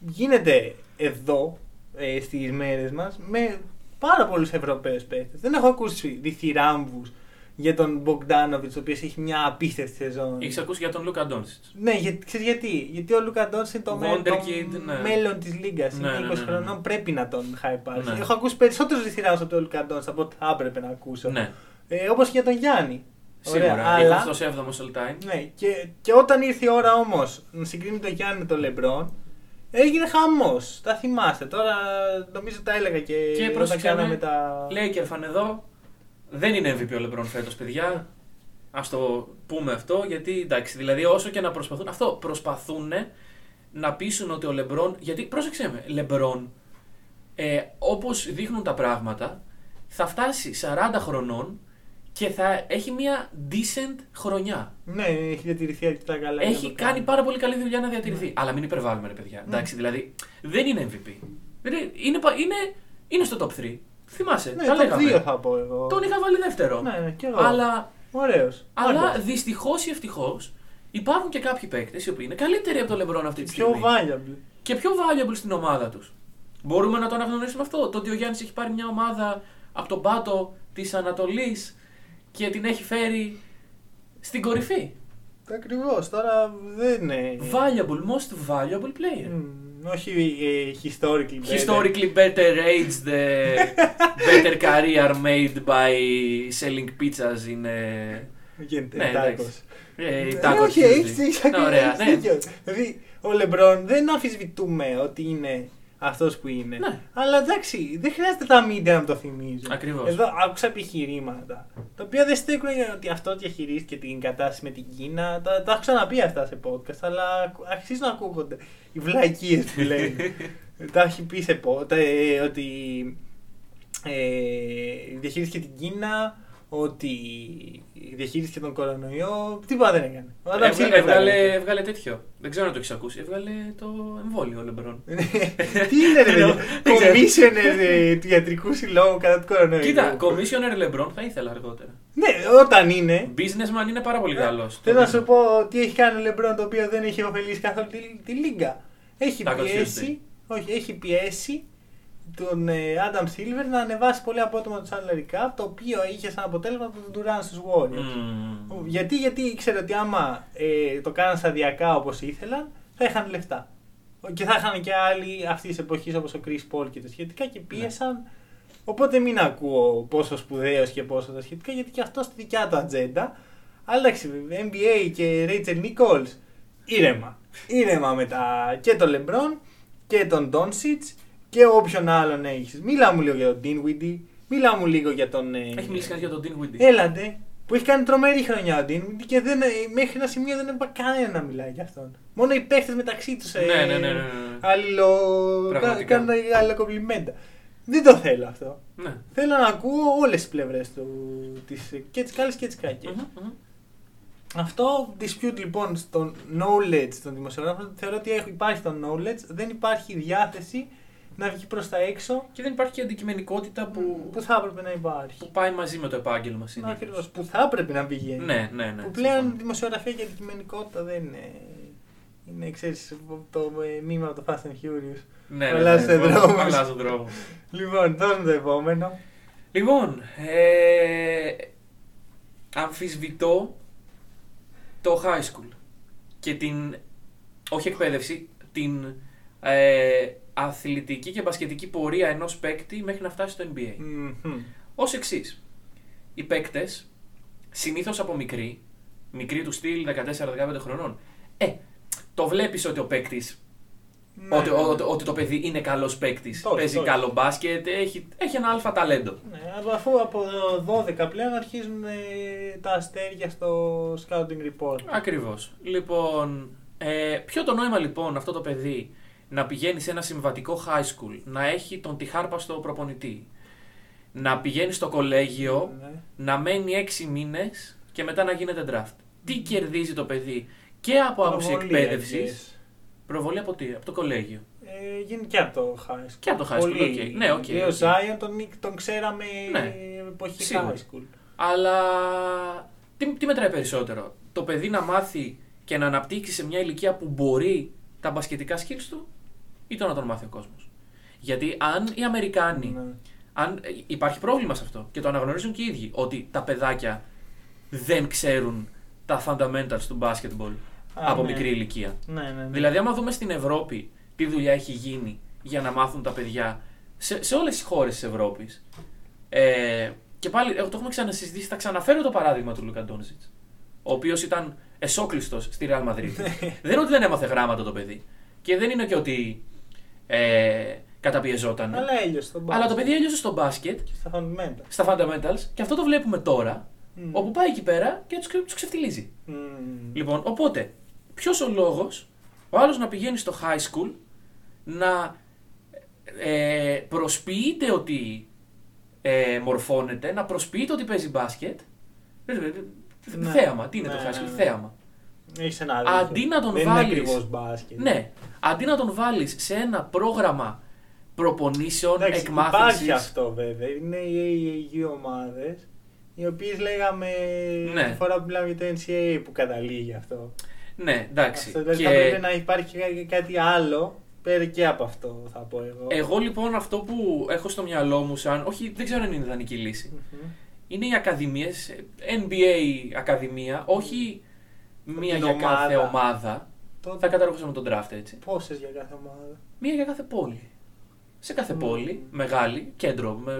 γίνεται εδώ ε, στις μέρες μας με πάρα πολλούς Ευρωπαίους παίχτες. Δεν έχω ακούσει διθυράμβους για τον Μπογκδάνοβιτς ο οποίος έχει μια απίστευτη σεζόν. Έχεις ακούσει για τον Λούκα Ντόνσιτ. Ναι, για, ξέρεις γιατί. Γιατί ο Λούκα Ντόνς είναι το, μέ- Wonder το Kid, ναι. μέλλον της Λίγκας. Ναι, είναι ναι, 20 ναι, ναι. χρονών, πρέπει να τον χαϊπάρεις. Ναι. Έχω ακούσει περισσότερους διθυράμβους από τον Λούκα Ντόνς από ό,τι θα έπρεπε να ακούσω. Ναι, Ε, όπως και για τον Γιάννη. σίγουρα. αλλά- Αλλά... 27ο all time. Ναι, και, και όταν ήρθε η ώρα όμως να συγκρίνει τον Γιάννη με τον Λεμπρόν, έγινε χαμός. Τα θυμάστε. Τώρα νομίζω τα έλεγα και, Και ναι. όταν κάναμε προσφέραμε τα. τα... Λέικερ φαν εδώ. Δεν είναι MVP ο Λεμπρόν φέτος, παιδιά. Ας το πούμε αυτό, γιατί εντάξει, δηλαδή όσο και να προσπαθούν. Αυτό προσπαθούν να πείσουν ότι ο Λεμπρόν. Γιατί πρόσεξε με, Λεμπρόν, ε, όπως δείχνουν τα πράγματα, θα φτάσει 40 χρονών και θα έχει μια decent χρονιά. Ναι, έχει διατηρηθεί αρκετά καλά. για να Έχει το Ναι. κάνει κάνει. πάρα πολύ καλή δουλειά να διατηρηθεί. Αλλά μην υπερβάλλουμε, ρε παιδιά. Εντάξει, δηλαδή δεν είναι MVP. Δεν είναι, είναι, πα- είναι, είναι στο top 3. Θυμάσαι. τα Ναι, το λέγαμε. δύο θα πω εγώ. Τον είχα βάλει δεύτερο. Ναι, ναι, και εγώ. Αλλά, Ωραίος. αλλά Όντως. δυστυχώς ή ευτυχώς υπάρχουν και κάποιοι παίκτες οι οποίοι είναι καλύτεροι από τον Λεμπρόν αυτή τη Πιο στιγμή. valuable. Και πιο valuable στην ομάδα τους. Μπορούμε να το αναγνωρίσουμε αυτό. Το ότι ο Γιάννης έχει πάρει μια ομάδα από τον πάτο της Ανατολής και την έχει φέρει στην κορυφή. Ακριβώς. Τώρα δεν είναι. Valuable, most valuable Ναι. player. Μμμ, Όχι ε, historically. better. Historically better age, the better career made by selling pizzas in. ε, Και Ναι, τάκος. εντάξει. ε, Ναι, tacos Eh, Όχι, Tuesday. έχει Ναι, ωραία, ναι. δίκιο. Δηλαδή, ο Λεμπρόν δεν αμφισβητούμε ότι είναι αυτός που είναι. Ναι. Αλλά εντάξει, δεν χρειάζεται τα μίντια να το θυμίζουν. Ακριβώς. Ναι. Εδώ άκουσα επιχειρήματα τα οποία δεν στέκουν για ότι αυτό διαχειρίστηκε την κατάσταση με την Κίνα. Τα, τα έχω ξαναπεί αυτά σε podcast, αλλά αρχίζουν να ακούγονται οι βλακίες που λένε. τα έχει πει σε podcast ε, ότι ε, διαχείρισε την Κίνα, ότι διαχείρισε τον κορονοϊό. Τίποτα δεν έκανε. Ο Adam Έβγα- Silver ναι. τα Ε, Έβγαλε, έκανε. έβγαλε τέτοιο. Δεν ξέρω αν το έχεις ακούσει. Έβγαλε το εμβόλιο ο Λεμπρόν. Τι είναι ρε Εννοώ, δεν ξέρω. κομίσιονε του ιατρικού συλλόγου κατά του κορονοϊού. Κοίτα, commissioner Λεμπρόν θα ήθελα αργότερα. Ναι, όταν είναι. Businessman είναι πάρα πολύ καλό. Ε, Θέλω να σου πω τι έχει κάνει ο Λεμπρόν το οποίο δεν έχει ωφελήσει καθόλου τη, τη Λίγκα. Έχει Taco πιέσει, όχι, έχει πιέσει τον ε, Adam Silver να ανεβάσει πολύ απότομα το salary cap το οποίο είχε σαν αποτέλεσμα τον Durant στους Warriors. Mm. Γιατί, γιατί ήξερε ότι άμα ε, το κάναν σταδιακά όπως ήθελαν, θα είχαν λεφτά. Και θα είχαν και άλλοι αυτής της εποχής όπως ο Chris Paul και τα σχετικά Ναι. και πίεσαν. Οπότε μην ακούω πόσο σπουδαίος και πόσο τα σχετικά, γιατί και αυτό στη δικιά του ατζέντα. Αλλά εντάξει, NBA και Rachel Nichols, ήρεμα. Ήρεμα με τα... και τον LeBron και τον Doncic και όποιον άλλον έχεις. Μίλα μου λίγο για τον Dinwiddie, μίλα μου λίγο για τον... ε, Έχει μιλήσει κάτι για τον Dean Windy. Έλατε. Που έχει κάνει τρομερή χρονιά ο Ντίνουιντι και δεν, ε, μέχρι ένα σημείο δεν είπα κανένα να μιλάει για αυτόν. Μόνο οι παίχτες μεταξύ τους. Ναι, ναι, ναι, ναι, ναι. Αλληλο... κα- Πραγματικά. Κάνουν αλληλοκομπλιμέντα. Δεν το θέλω αυτό. Ναι. Θέλω να ακούω όλες τις πλευρές του. Τις, ε, και τι καλέ και τι κακε Μμμ, μμμ. Αυτό dispute λοιπόν στον knowledge των δημοσιογράφων. Θεωρώ ότι έχει- υπάρχει το knowledge, δεν υπάρχει διάθεση να βγει προς τα έξω Και δεν υπάρχει και αντικειμενικότητα που, που θα έπρεπε να υπάρχει. που πάει μαζί με το επάγγελμα συνήθως. Ναι, Ακριβώς, που θα έπρεπε να πηγαίνει. Ναι, ναι, ναι. που πλέον συμφωνώ. δημοσιογραφία και αντικειμενικότητα δεν είναι. Είναι, ξέρεις, το ε, μήμα από το Fast and Furious. Ναι, ναι, αλλάζουν ναι, ναι, δρόμους. αλλάζουν δρόμους. Λοιπόν, δώσουμε το επόμενο. Λοιπόν, ε, αμφισβητώ το high school και την, όχι εκπαίδευση, την ε, αθλητική και μπασκετική πορεία ενός παίκτη μέχρι να φτάσει στο NBA. Μμμ. Ως εξής. Οι παίκτες, συνήθως από μικροί, μικροί του στυλ 14-15 χρονών, ε, το βλέπεις ότι ο παίκτης. Ναι, Ότι, ναι, ναι. ότι, ότι το παιδί είναι καλός παίκτης. Το έχει, Παίζει το έχει. καλό μπάσκετ, έχει, έχει ένα αλφα ταλέντο. Ναι, αλλά αφού από 12 πλέον αρχίζουν ε, τα αστέρια στο scouting report. Ακριβώς. Λοιπόν, ε, ποιο το νόημα λοιπόν αυτό το παιδί να πηγαίνεις σε ένα συμβατικό high school, να έχει τον τυχάρπαστο προπονητή, να πηγαίνεις στο κολέγιο, Ναι. να μένει 6 μήνες και μετά να γίνεται draft. Τι κερδίζει το παιδί και από άποψη Προβολή, I εκπαίδευσης. guess. Προβολή από τι, από το κολέγιο. Ε, γίνει και από το high school. Και από το high school, Πολύ. οκ. Ναι, οκ, Και ο οκ. Zion τον, νικ- τον ξέραμε Ναι. εποχή Σίγουρα. high school. Αλλά τι, τι μετράει περισσότερο, το παιδί να μάθει και να αναπτύξει σε μια ηλικία που μπορεί τα μπασκετικά skills του ή το να τον μάθει ο κόσμος. Γιατί αν οι Αμερικάνοι, Ναι. αν, ε, υπάρχει πρόβλημα σε αυτό και το αναγνωρίζουν και οι ίδιοι, ότι τα παιδάκια δεν ξέρουν τα fundamentals του basketball Α, από ναι. μικρή ηλικία. Ναι, ναι, ναι. Δηλαδή, άμα δούμε στην Ευρώπη τι δουλειά έχει γίνει για να μάθουν τα παιδιά σε, σε όλες τις χώρες της Ευρώπης. Ε, και πάλι, εγώ το έχουμε ξανασυζητήσει, θα ξαναφέρω το παράδειγμα του Λούκα Ντόνζιτ. Ο οποίος ήταν εσόκλειστος στη Real Madrid. δεν είναι ότι δεν έμαθε γράμματα το παιδί. Και δεν είναι και ότι ε, καταπιεζόταν. Αλλά έλειωσε τον Αλλά το παιδί έλειωσε στο μπάσκετ, Και στα fundamental. στα fundamentals, και αυτό το βλέπουμε τώρα, Μμμ. όπου πάει εκεί πέρα και τους ξεφτυλίζει. Μμμ. Λοιπόν, οπότε, ποιος ο λόγος ο άλλος να πηγαίνει στο high school να ε, προσποιείται ότι ε, μορφώνεται, να προσποιείται ότι παίζει μπάσκετ. Ναι. Θέαμα. Τι είναι το Ναι, high ναι, school, ναι. θέαμα. Έχεις ένα δίκιο. Αντί να τον Δεν βάλεις- είναι ακριβώς μπάσκετ. Ναι. Αντί να τον βάλεις σε ένα πρόγραμμα προπονήσεων, Εντάξει, εκμάθησης. Υπάρχει αυτό βέβαια. Είναι οι AAU ομάδες, οι οποίες λέγαμε Ναι. τη φορά που μιλάμε για το NCAA που καταλήγει αυτό. Ναι, εντάξει. αυτό δηλαδή Και θα πρέπει να υπάρχει κά- κάτι άλλο πέρα και από αυτό, θα πω εγώ. Εγώ λοιπόν αυτό που έχω στο μυαλό μου, σαν. Όχι, δεν ξέρω αν είναι ιδανική λύση. Μμμ. είναι οι ακαδημίες, NBA ακαδημία, όχι μία Την για ομάδα. κάθε ομάδα. Θα Τότε καταργούσαμε τον draft έτσι. πόσες για κάθε ομάδα. Μία για κάθε πόλη. Σε κάθε Μμμ. πόλη, μεγάλη, κέντρο, με, ε,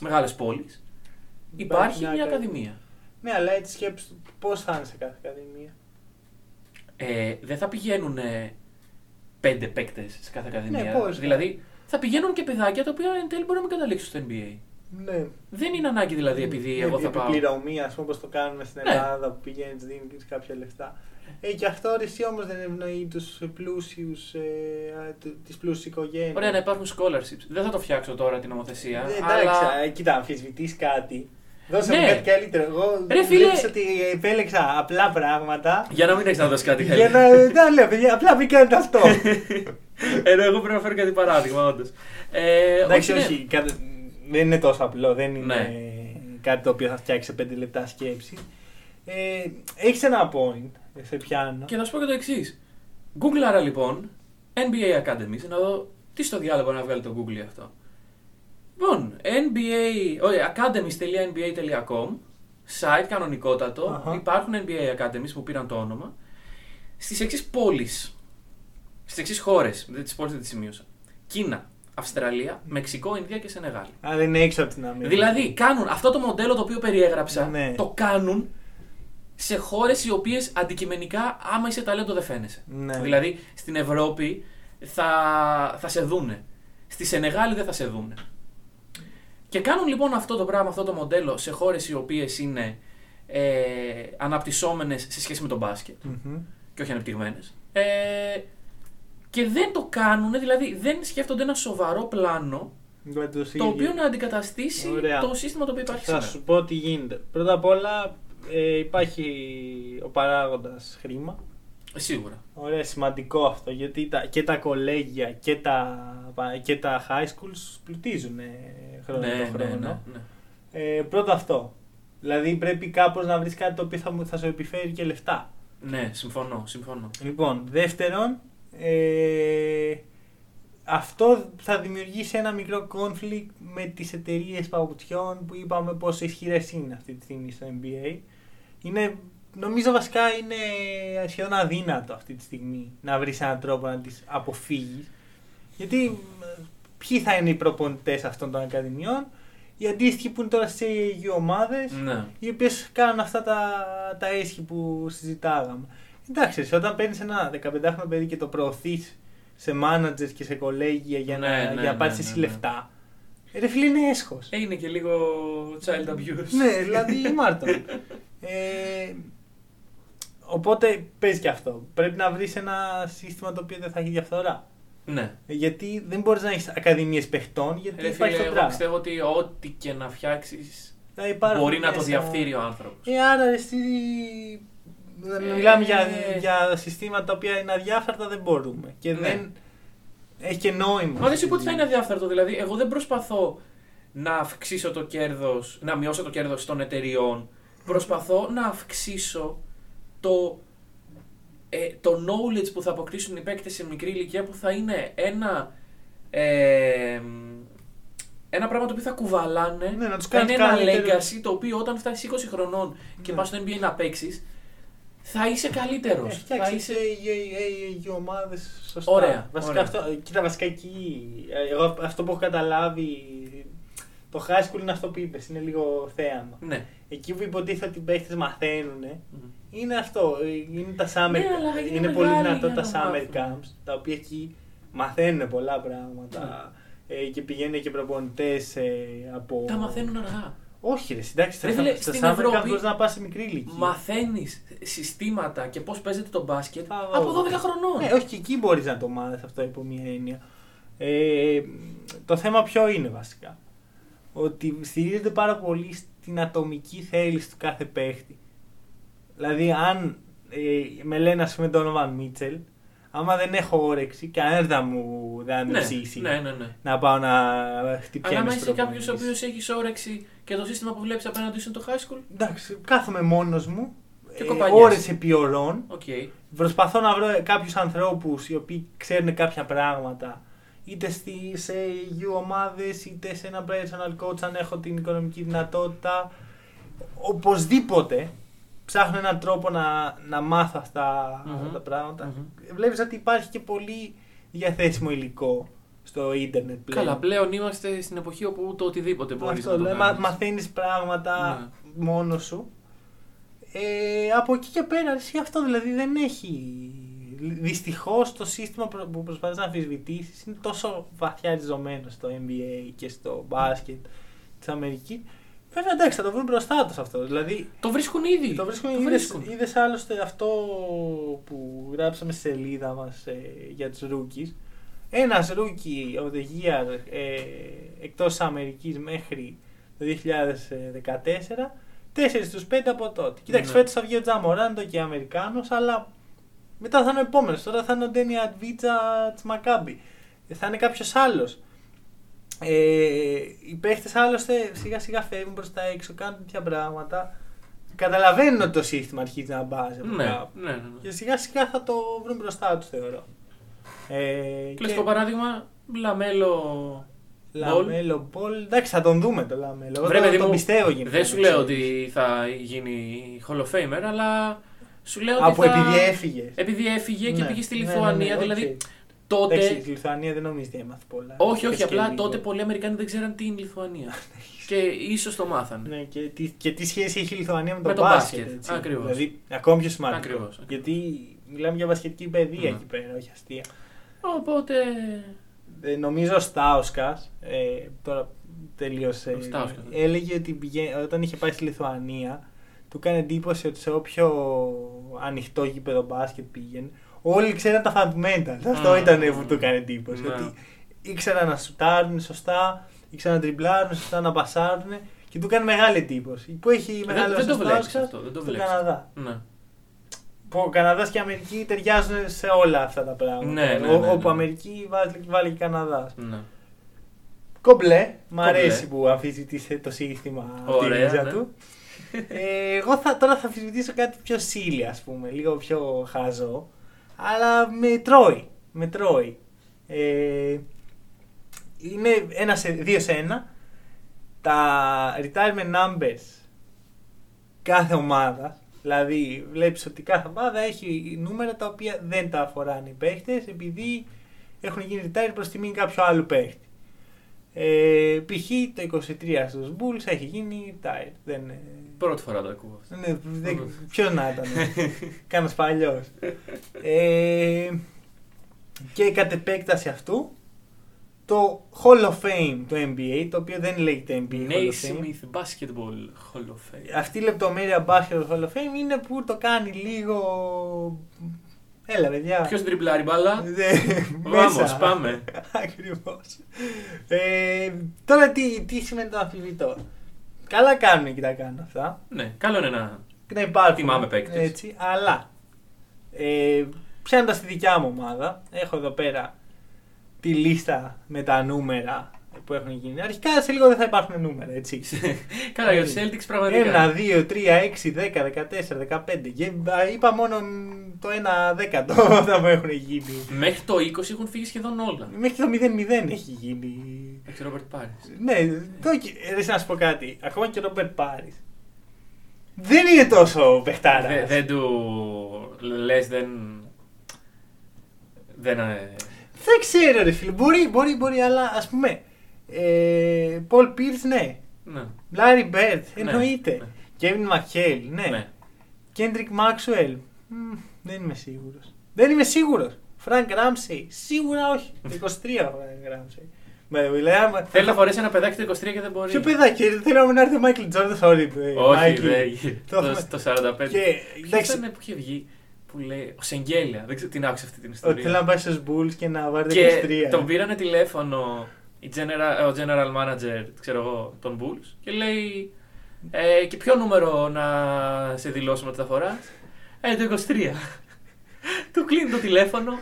μεγάλες πόλεις, υπάρχει μία ακαδημία. Ναι, αλλά έτσι σκέψου πώς θα είναι σε κάθε ακαδημία. Ε, δεν θα πηγαίνουν ε, πέντε παίκτες σε κάθε ακαδημία. Ναι, πώς. δηλαδή θα πηγαίνουν και παιδάκια τα οποία εν τέλει μπορεί να μην καταλήξουν στο NBA. Ναι. Δεν είναι ανάγκη δηλαδή επειδή Ναι, εγώ θα πάω. Επιπληρωμή, ας πούμε, όπως το κάνουμε στην Ναι. Ελλάδα που πηγαίνεις, δίνεις κάποια λεφτά. Ε, και αυτό εσύ όμως δεν ευνοεί τους πλούσιους, ε, τις πλούσιες οικογένειες. Ωραία, ναι, να υπάρχουν scholarships. Δεν θα το φτιάξω τώρα την νομοθεσία. Ε, Εντάξει, αλλά... αλλά... κοίτα, αμφισβητείς κάτι. Δώσε Ναι. μου κάτι καλύτερο. Εγώ Ρε, Ρε, φίλε. ότι επέλεξα απλά πράγματα. Για να μην έχεις να δώσεις κάτι για καλύτερο. Ε, να. Δεν λέω, παιδιά, απλά μην κάνετε αυτό. Ε, Ενώ εγώ πρέπει να φέρω κάτι παράδειγμα, όντως. Ε, Εντάξει, ναι. όχι. κα- Δεν είναι τόσο απλό. Δεν είναι Ναι. κάτι το οποίο θα φτιάξει σε 5 λεπτά σκέψη. Ε, Έχεις ένα point. Σε πιάνω. Και θα σου πω και το εξής. Google άρα λοιπόν NBA Academies να δω τι στο διάλογο να βγάλει το Google αυτό. Λοιπόν, NBA, όχι, academies.nba.com, site κανονικότατο. Αχα. Υπάρχουν NBA Academies που πήραν το όνομα. Στις εξής πόλεις, στις εξής χώρες, δεν τις πόλεις δεν τις σημείωσα. Κίνα, Αυστραλία, Μεξικό, Ινδία και Σενεγάλη. Αν δεν είναι έξω από την Αμερική. Δηλαδή, κάνουν αυτό το μοντέλο το οποίο περιέγραψα, Ναι. το κάνουν σε χώρες οι οποίες αντικειμενικά, άμα είσαι ταλέντο, δεν φαίνεσαι. Ναι. Δηλαδή, στην Ευρώπη θα, θα σε δούνε. Στη Σενεγάλη δεν θα σε δούνε. Και κάνουν λοιπόν αυτό το πράγμα, αυτό το μοντέλο σε χώρες οι οποίες είναι ε, αναπτυσσόμενες σε σχέση με τον μπάσκετ Μμμ. και όχι ανεπτυγμένες. Ε, και δεν το κάνουν, δηλαδή δεν σκέφτονται ένα σοβαρό πλάνο Δηλαδή, τους το ίδιους. οποίο να αντικαταστήσει Ωραία. το σύστημα το οποίο υπάρχει Θα σήμερα. σου πω τι γίνεται. Πρώτα απ' όλα ε, υπάρχει ο παράγοντας χρήμα. Σίγουρα. Ωραία, σημαντικό αυτό γιατί τα, και τα κολέγια και τα, και τα high schools πλουτίζουν ε, χρόνο ναι, το ναι, χρόνο. ναι, ναι. Ε, πρώτα αυτό. Δηλαδή πρέπει κάπως να βρεις κάτι το οποίο θα, μου- θα σου επιφέρει και λεφτά. Ναι, συμφωνώ, συμφωνώ. Λοιπόν, δεύτερον, ε, αυτό θα δημιουργήσει ένα μικρό conflict με τις εταιρείες παπουτσιών που είπαμε πόσο ισχυρές είναι αυτή τη στιγμή στο NBA. Είναι, νομίζω βασικά είναι σχεδόν αδύνατο αυτή τη στιγμή να βρεις έναν τρόπο να τις αποφύγεις. Γιατί ε, ποιοι θα είναι οι προπονητές αυτών των ακαδημιών, οι αντίστοιχοι που είναι τώρα σε ομάδε. ομάδες, Ναι. οι οποίες κάνουν αυτά τα, τα έσχη που συζητάγαμε. Εντάξει, εσύ, όταν παίρνεις ένα 15χρονο παιδί και το προωθείς σε managers και σε κολέγια για να, Ναι, ναι, για να ναι, πάρεις ναι, εσύ ναι. λεφτά, ρε φίλε είναι έσχος. Ε, Είναι και λίγο child abuse. ναι, δηλαδή Μάρτον. Ε, οπότε παίζει και αυτό. Πρέπει να βρεις ένα σύστημα το οποίο δεν θα έχει διαφθορά. Ναι. Γιατί δεν μπορείς να έχεις ακαδημίες παιχτών, γιατί Ρε υπάρχει φίλε, το εγώ draft. πιστεύω ότι ό,τι και να φτιάξεις Θα υπάρχουν μπορεί να το μέσα- διαφθείρει ο άνθρωπος. Ε, άρα εσύ. Ε. Μιλάμε για, για συστήματα τα οποία είναι αδιάφαρτα, δεν μπορούμε. Και Ναι. δεν. Έχει και νόημα. Μα δεν σου είπα ότι θα είναι αδιάφθαρτο. Δηλαδή, εγώ δεν προσπαθώ να αυξήσω το κέρδος, να μειώσω το κέρδος των εταιριών. Προσπαθώ να αυξήσω το, ε, το knowledge που θα αποκτήσουν οι παίκτες σε μικρή ηλικία που θα είναι ένα, ε, ένα πράγμα το οποίο θα κουβαλάνε. Ναι, να τους θα κάνει είναι ένα καλύτερους. legacy το οποίο όταν φτάσει 20 χρονών και Ναι. πας στο NBA να παίξεις, θα είσαι καλύτερος. Έχει φτιάξει οι- οι- οι- οι ομάδες σωστά. Ωραία, Βασικά ωραία. Αυτό, κοίτα, βασικά εκεί. ε, Εγώ αυτό που έχω καταλάβει. Το high school είναι αυτό που είπες, είναι λίγο θέαμα. Ναι. Εκεί που υποτίθεται ότι οι παίχτε μαθαίνουν, είναι αυτό. ε, Είναι τα summer Ναι, camps. αλλά είναι είναι, πολύ μεγάλη δυνατό για τα να summer μάθουν. camps, τα οποία εκεί μαθαίνουν πολλά πράγματα. ε, και πηγαίνουν και προπονητές από. Ναι. Τα μαθαίνουν αργά. Όχι, ρε, εντάξει, Ρε στα, φίλε, στα στην summer camps Ευρώπη μπορεί να πας σε μικρή ηλικία. Μαθαίνεις συστήματα και πώς παίζεται το μπάσκετ Α, από όχι. 12 χρονών. Ναι, όχι και εκεί μπορείς να το μάθεις αυτό υπό μία έννοια. Ε, το θέμα ποιο είναι βασικά. Ότι στηρίζεται πάρα πολύ στην ατομική θέληση του κάθε παίχτη. Δηλαδή, αν ε, με λένε, ας πούμε, τον Όβαν Μίτσελ, άμα δεν έχω όρεξη, κανένα δεν θα μου, δεν θα με ψήσει ναι, ναι, ναι. να πάω να Αλλά χτυπιέμαι άμα στους είσαι κάποιος ο προπονητές. οποίος έχεις όρεξη και το σύστημα που βλέπεις απέναντι σου είναι το high school, Εντάξει, κάθομαι μόνος μου. Και ε, κοπανιές. ώρες επί ωρών οκ. Προσπαθώ να βρω κάποιους ανθρώπους οι οποίοι ξέρουν κάποια πράγματα είτε στις EU ομάδες είτε σε ένα personal coach αν έχω την οικονομική δυνατότητα. Οπωσδήποτε ψάχνω έναν τρόπο να, να μάθω αυτά Μμμ. τα πράγματα. Μμμ. Βλέπεις ότι υπάρχει και πολύ διαθέσιμο υλικό στο ίντερνετ πλέον. Καλά, πλέον είμαστε στην εποχή όπου το οτιδήποτε μπορείς Αυτό να το λέω, κάνεις. Ναι. μα, μαθαίνεις πράγματα μόνος σου. Ε, από εκεί και πέρα, εσύ αυτό δηλαδή δεν έχει. Δυστυχώς το σύστημα προ- που προσπαθείς να αμφισβητήσεις είναι τόσο βαθιά ριζωμένο στο NBA και στο μπάσκετ της Αμερικής. Βέβαια εντάξει θα το βρουν μπροστά τους αυτό. Δηλαδή Το βρίσκουν ήδη. το βρίσκουν, είδες, είδες άλλωστε αυτό που γράψαμε στη σελίδα μας ε, για τους rookies. Ένας rookie of the year ε, εκτός Αμερικής μέχρι το 2014, τέσσερις στους πέντε από τότε. Κοίταξε, Ναι. φέτος θα βγει ο Τζαμοράντο και Αμερικάνος, αλλά μετά θα είναι ο επόμενος. Τώρα θα είναι ο Ντένι Αντβίτσα της Μακάμπη. Ε, Θα είναι κάποιος άλλος. Ε, οι παίχτες άλλωστε σιγά σιγά φεύγουν προς τα έξω, κάνουν τέτοια πράγματα. Καταλαβαίνουν ότι το σύστημα αρχίζει να μπάζει. από Ναι, κάπου. ναι, ναι. ναι. Και σιγά σιγά θα το βρουν μπροστά τους θεωρώ. Ε, Κλασικό παράδειγμα, λαμέλο. Λαμέλο Μπολ. Εντάξει, θα τον δούμε το Λαμέλο. Εγώ Βρε, τον, παιδί τον μου, πιστεύω γενικά. Δεν το σου ξέρεις. λέω ότι θα γίνει Hall of Famer, αλλά σου λέω Από ότι. θα- επειδή έφυγες. Επειδή έφυγε και Ναι, πήγε στη ναι, ναι, Λιθουανία, ναι, οκ. δηλαδή Εντάξει, τότε η Λιθουανία δεν νομίζω ότι έμαθε πολλά. Όχι, όχι, Έπαιξε και απλά λίγο. τότε πολλοί Αμερικάνοι δεν ξέραν τι είναι η Λιθουανία. και ίσως το μάθανε. Ναι, και, τι, και τι σχέση έχει η Λιθουανία με το, Με το μπάσκετ. μπάσκετ, έτσι. ακριβώς. Δηλαδή, ακόμη πιο σημαντικό. Ακριβώς, ακριβώς. Γιατί μιλάμε για βασχετική παιδεία Ναι. εκεί πέρα, όχι αστεία. Οπότε. Ε, νομίζω ο Στάουσκας, ε, τώρα τελείωσε. Ο Στάουσκας. ναι. Έλεγε ότι πηγα- όταν είχε πάει στη Λιθουανία, του έκανε εντύπωση ότι σε όποιο ανοιχτό γήπεδο μπάσκετ πήγαινε, όλοι ξέραν τα fundamentals. Αυτό Α, ήταν που μ, του έκανε εντύπωση. ναι. Ότι ήξεραν να σουτάρουν σωστά, ήξεραν να τριμπλάρουν σωστά, να πασάρουν και του έκανε μεγάλη εντύπωση. Που έχει Ε, Δεν, μεγάλο δεν το βλέπεις Στάουσκας αυτό. Δεν το στον βλέπεις. Καναδά. Ναι. Που ο Καναδάς και η Αμερική ταιριάζουν σε όλα αυτά τα πράγματα. Ναι, ναι, Ο- ναι, ναι. Όπου Αμερική βάλει, βάλει και Καναδάς. ναι. Κομπλέ. Μ' Κομπλέ. αρέσει που αμφισβητήσε το σύστημα από τη Ωραία, ρίζα ναι. του. Ε, εγώ θα, τώρα θα αμφισβητήσω κάτι πιο σύλλη, ας πούμε, λίγο πιο χαζό. Αλλά με τρώει. Με τρώει. Ε, είναι ένα σε, δύο σε ένα. Τα retirement numbers κάθε ομάδας. Δηλαδή, βλέπεις ότι κάθε ομάδα έχει νούμερα τα οποία δεν τα αφοράνε οι παίχτες επειδή έχουν γίνει retired προς τιμή κάποιου άλλου παίχτη. Ε, π.χ. το 23 στους Bulls έχει γίνει retired. Δεν, ε, Πρώτη φορά το ακούω. αυτό. ναι, δεν, ποιος να ήταν. Κάνας παλιός. Ε, και κατ' επέκταση αυτού το Hall of Fame του NBA, το οποίο δεν λέγεται NBA Hall of Fame. Naismith Basketball Hall of Fame. Αυτή η λεπτομέρεια Basketball Hall of Fame είναι που το κάνει λίγο Έλα, παιδιά. Ποιος τριμπλάρει μπαλά. Δε, Βάμος, μέσα. πάμε. Ακριβώς. Ε, τώρα τι, τι σημαίνει το αμφισβητώ. Καλά κάνουν και τα κάνουν αυτά. Ναι, καλό είναι να. Και να υπάρχουν. Τιμάμε παίκτες. Έτσι, αλλά ε, πιάνοντα τη δικιά μου ομάδα, έχω εδώ πέρα τη λίστα με τα νούμερα που έχουν γίνει. Αρχικά σε λίγο δεν θα υπάρχουν νούμερα, έτσι. Καλά, για τους Celtics Ε. Ένα, πραγματικά. δύο, τρία, έξι, δέκα, δεκατέσσερα, δεκαπέντε. Και, α, Είπα μόνο το ένα δέκατο όταν μου έχουν γίνει. Μέχρι το 20 έχουν φύγει σχεδόν όλα. Μέχρι το 0-0 έχει γίνει. Έχει Ρόμπερτ Πάρη. Ναι, το, ε, ρε, να σου πω κάτι. Ακόμα και ο Ρόμπερτ Πάρη. Δεν είναι τόσο παιχτάρας. Δεν του λες, δεν. Δεν. ε, Δεν ξέρω, ρε φίλε. Μπορεί, μπορεί, μπορεί, αλλά ας πούμε. Ε, Πολ Πίρ, ναι. Ναι. Λάρι Μπέρτ, Ναι, ναι. εννοείται. Κέβιν Μαχέλ, ναι. Ναι. Κέντρικ Μάξουελ. μμ, Δεν είμαι σίγουρος. Δεν είμαι σίγουρος. Φρανκ Ράμσεϊ. Σίγουρα όχι. 23 ο Φρανκ Ράμσεϊ. Με μιλάμε. Θέλει να φορέσει ένα παιδάκι το 23 και δεν μπορεί. Ποιο παιδάκι, θέλω να έρθει ο Μάικλ Τζόρνταν. Sorry, ε, Όχι, Μάικλ. δεν. Το Το, έχουμε- το 45. Και, Ποιος εντάξει. ήταν που είχε βγει που λέει. Ο Σεγγέλια. Δεν ξέρω την άκουσα αυτή την Ότι θέλει ιστορία. να πάει στους Bulls και να βάρει Και 23. τον πήρανε τηλέφωνο η genera- ο general manager, ξέρω εγώ, των Bulls και λέει ε, και ποιο νούμερο να σε δηλώσουμε ότι θα φοράς. Ε, το 23. του κλείνει το τηλέφωνο.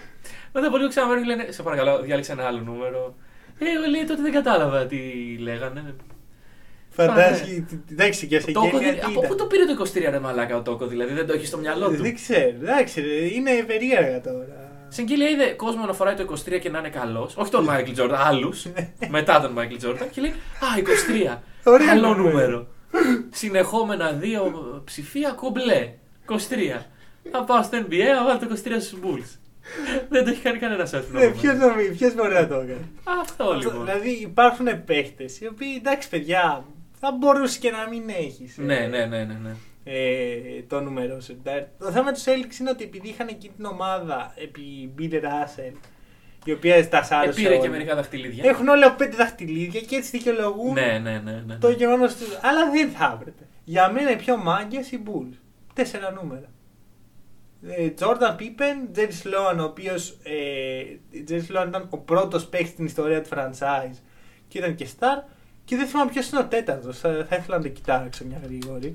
Μετά από λίγο ξαναβαίνουν και λένε σε παρακαλώ διάλεξε ένα άλλο νούμερο. Ε, λέει τότε δεν κατάλαβα τι λέγανε. Φαντάζει. Εντάξει και Το σε Τόκο, γένεια δεν- τι από ήταν. Ε, πού το πήρε το 23 ρε μαλάκα ο Τόκο δηλαδή, δεν το έχεις στο μυαλό του. Δεν ξέρω, εντάξει, ρε, είναι περίεργα τώρα. Συγγύλια είδε κόσμο να φοράει το 23 και να είναι καλός. Όχι τον Μάικλ Τζόρνταν, άλλους. μετά τον Μάικλ Τζόρνταν και λέει Α, 23. Ωραίο Καλό νούμερο». νούμερο. Συνεχόμενα δύο ψηφία κομπλέ. 23. Θα πάω στο NBA, θα βάλω το 23 στους Bulls. Δεν το έχει κάνει κανένας αυτό. Ναι, ποιος νομίζει, ποιος μπορεί να το έκανε. Αυτό Αυτό- λοιπόν. Δηλαδή υπάρχουν παίχτες οι οποίοι εντάξει παιδιά θα μπορούσε και να μην έχεις ε, Ναι, ναι, ναι, ναι. ναι. ε, το νούμερό σου. Τα- Το θέμα του Celtics είναι ότι επειδή είχαν εκείνη την ομάδα επί Bill Russell η οποία στα Ε, σάρωσε πήρε και όλα, μερικά δαχτυλίδια. Έχουν όλα πέντε δαχτυλίδια και έτσι δικαιολογούν Ναι, ναι, ναι. ναι. το γεγονός τους. Αλλά δεν θα έπρεπε. Για μένα οι πιο μάγκες οι Bulls. Τέσσερα νούμερα. Ε, Jordan Pippen, Jerry Sloan, ο οποίος. Ε, Jerry Sloan ήταν ο πρώτος παίκτης στην ιστορία του franchise και ήταν και star. Και δεν θυμάμαι ποιος είναι ο τέταρτος. Θα, θα ήθελα να το κοιτάξω μια γρήγορη.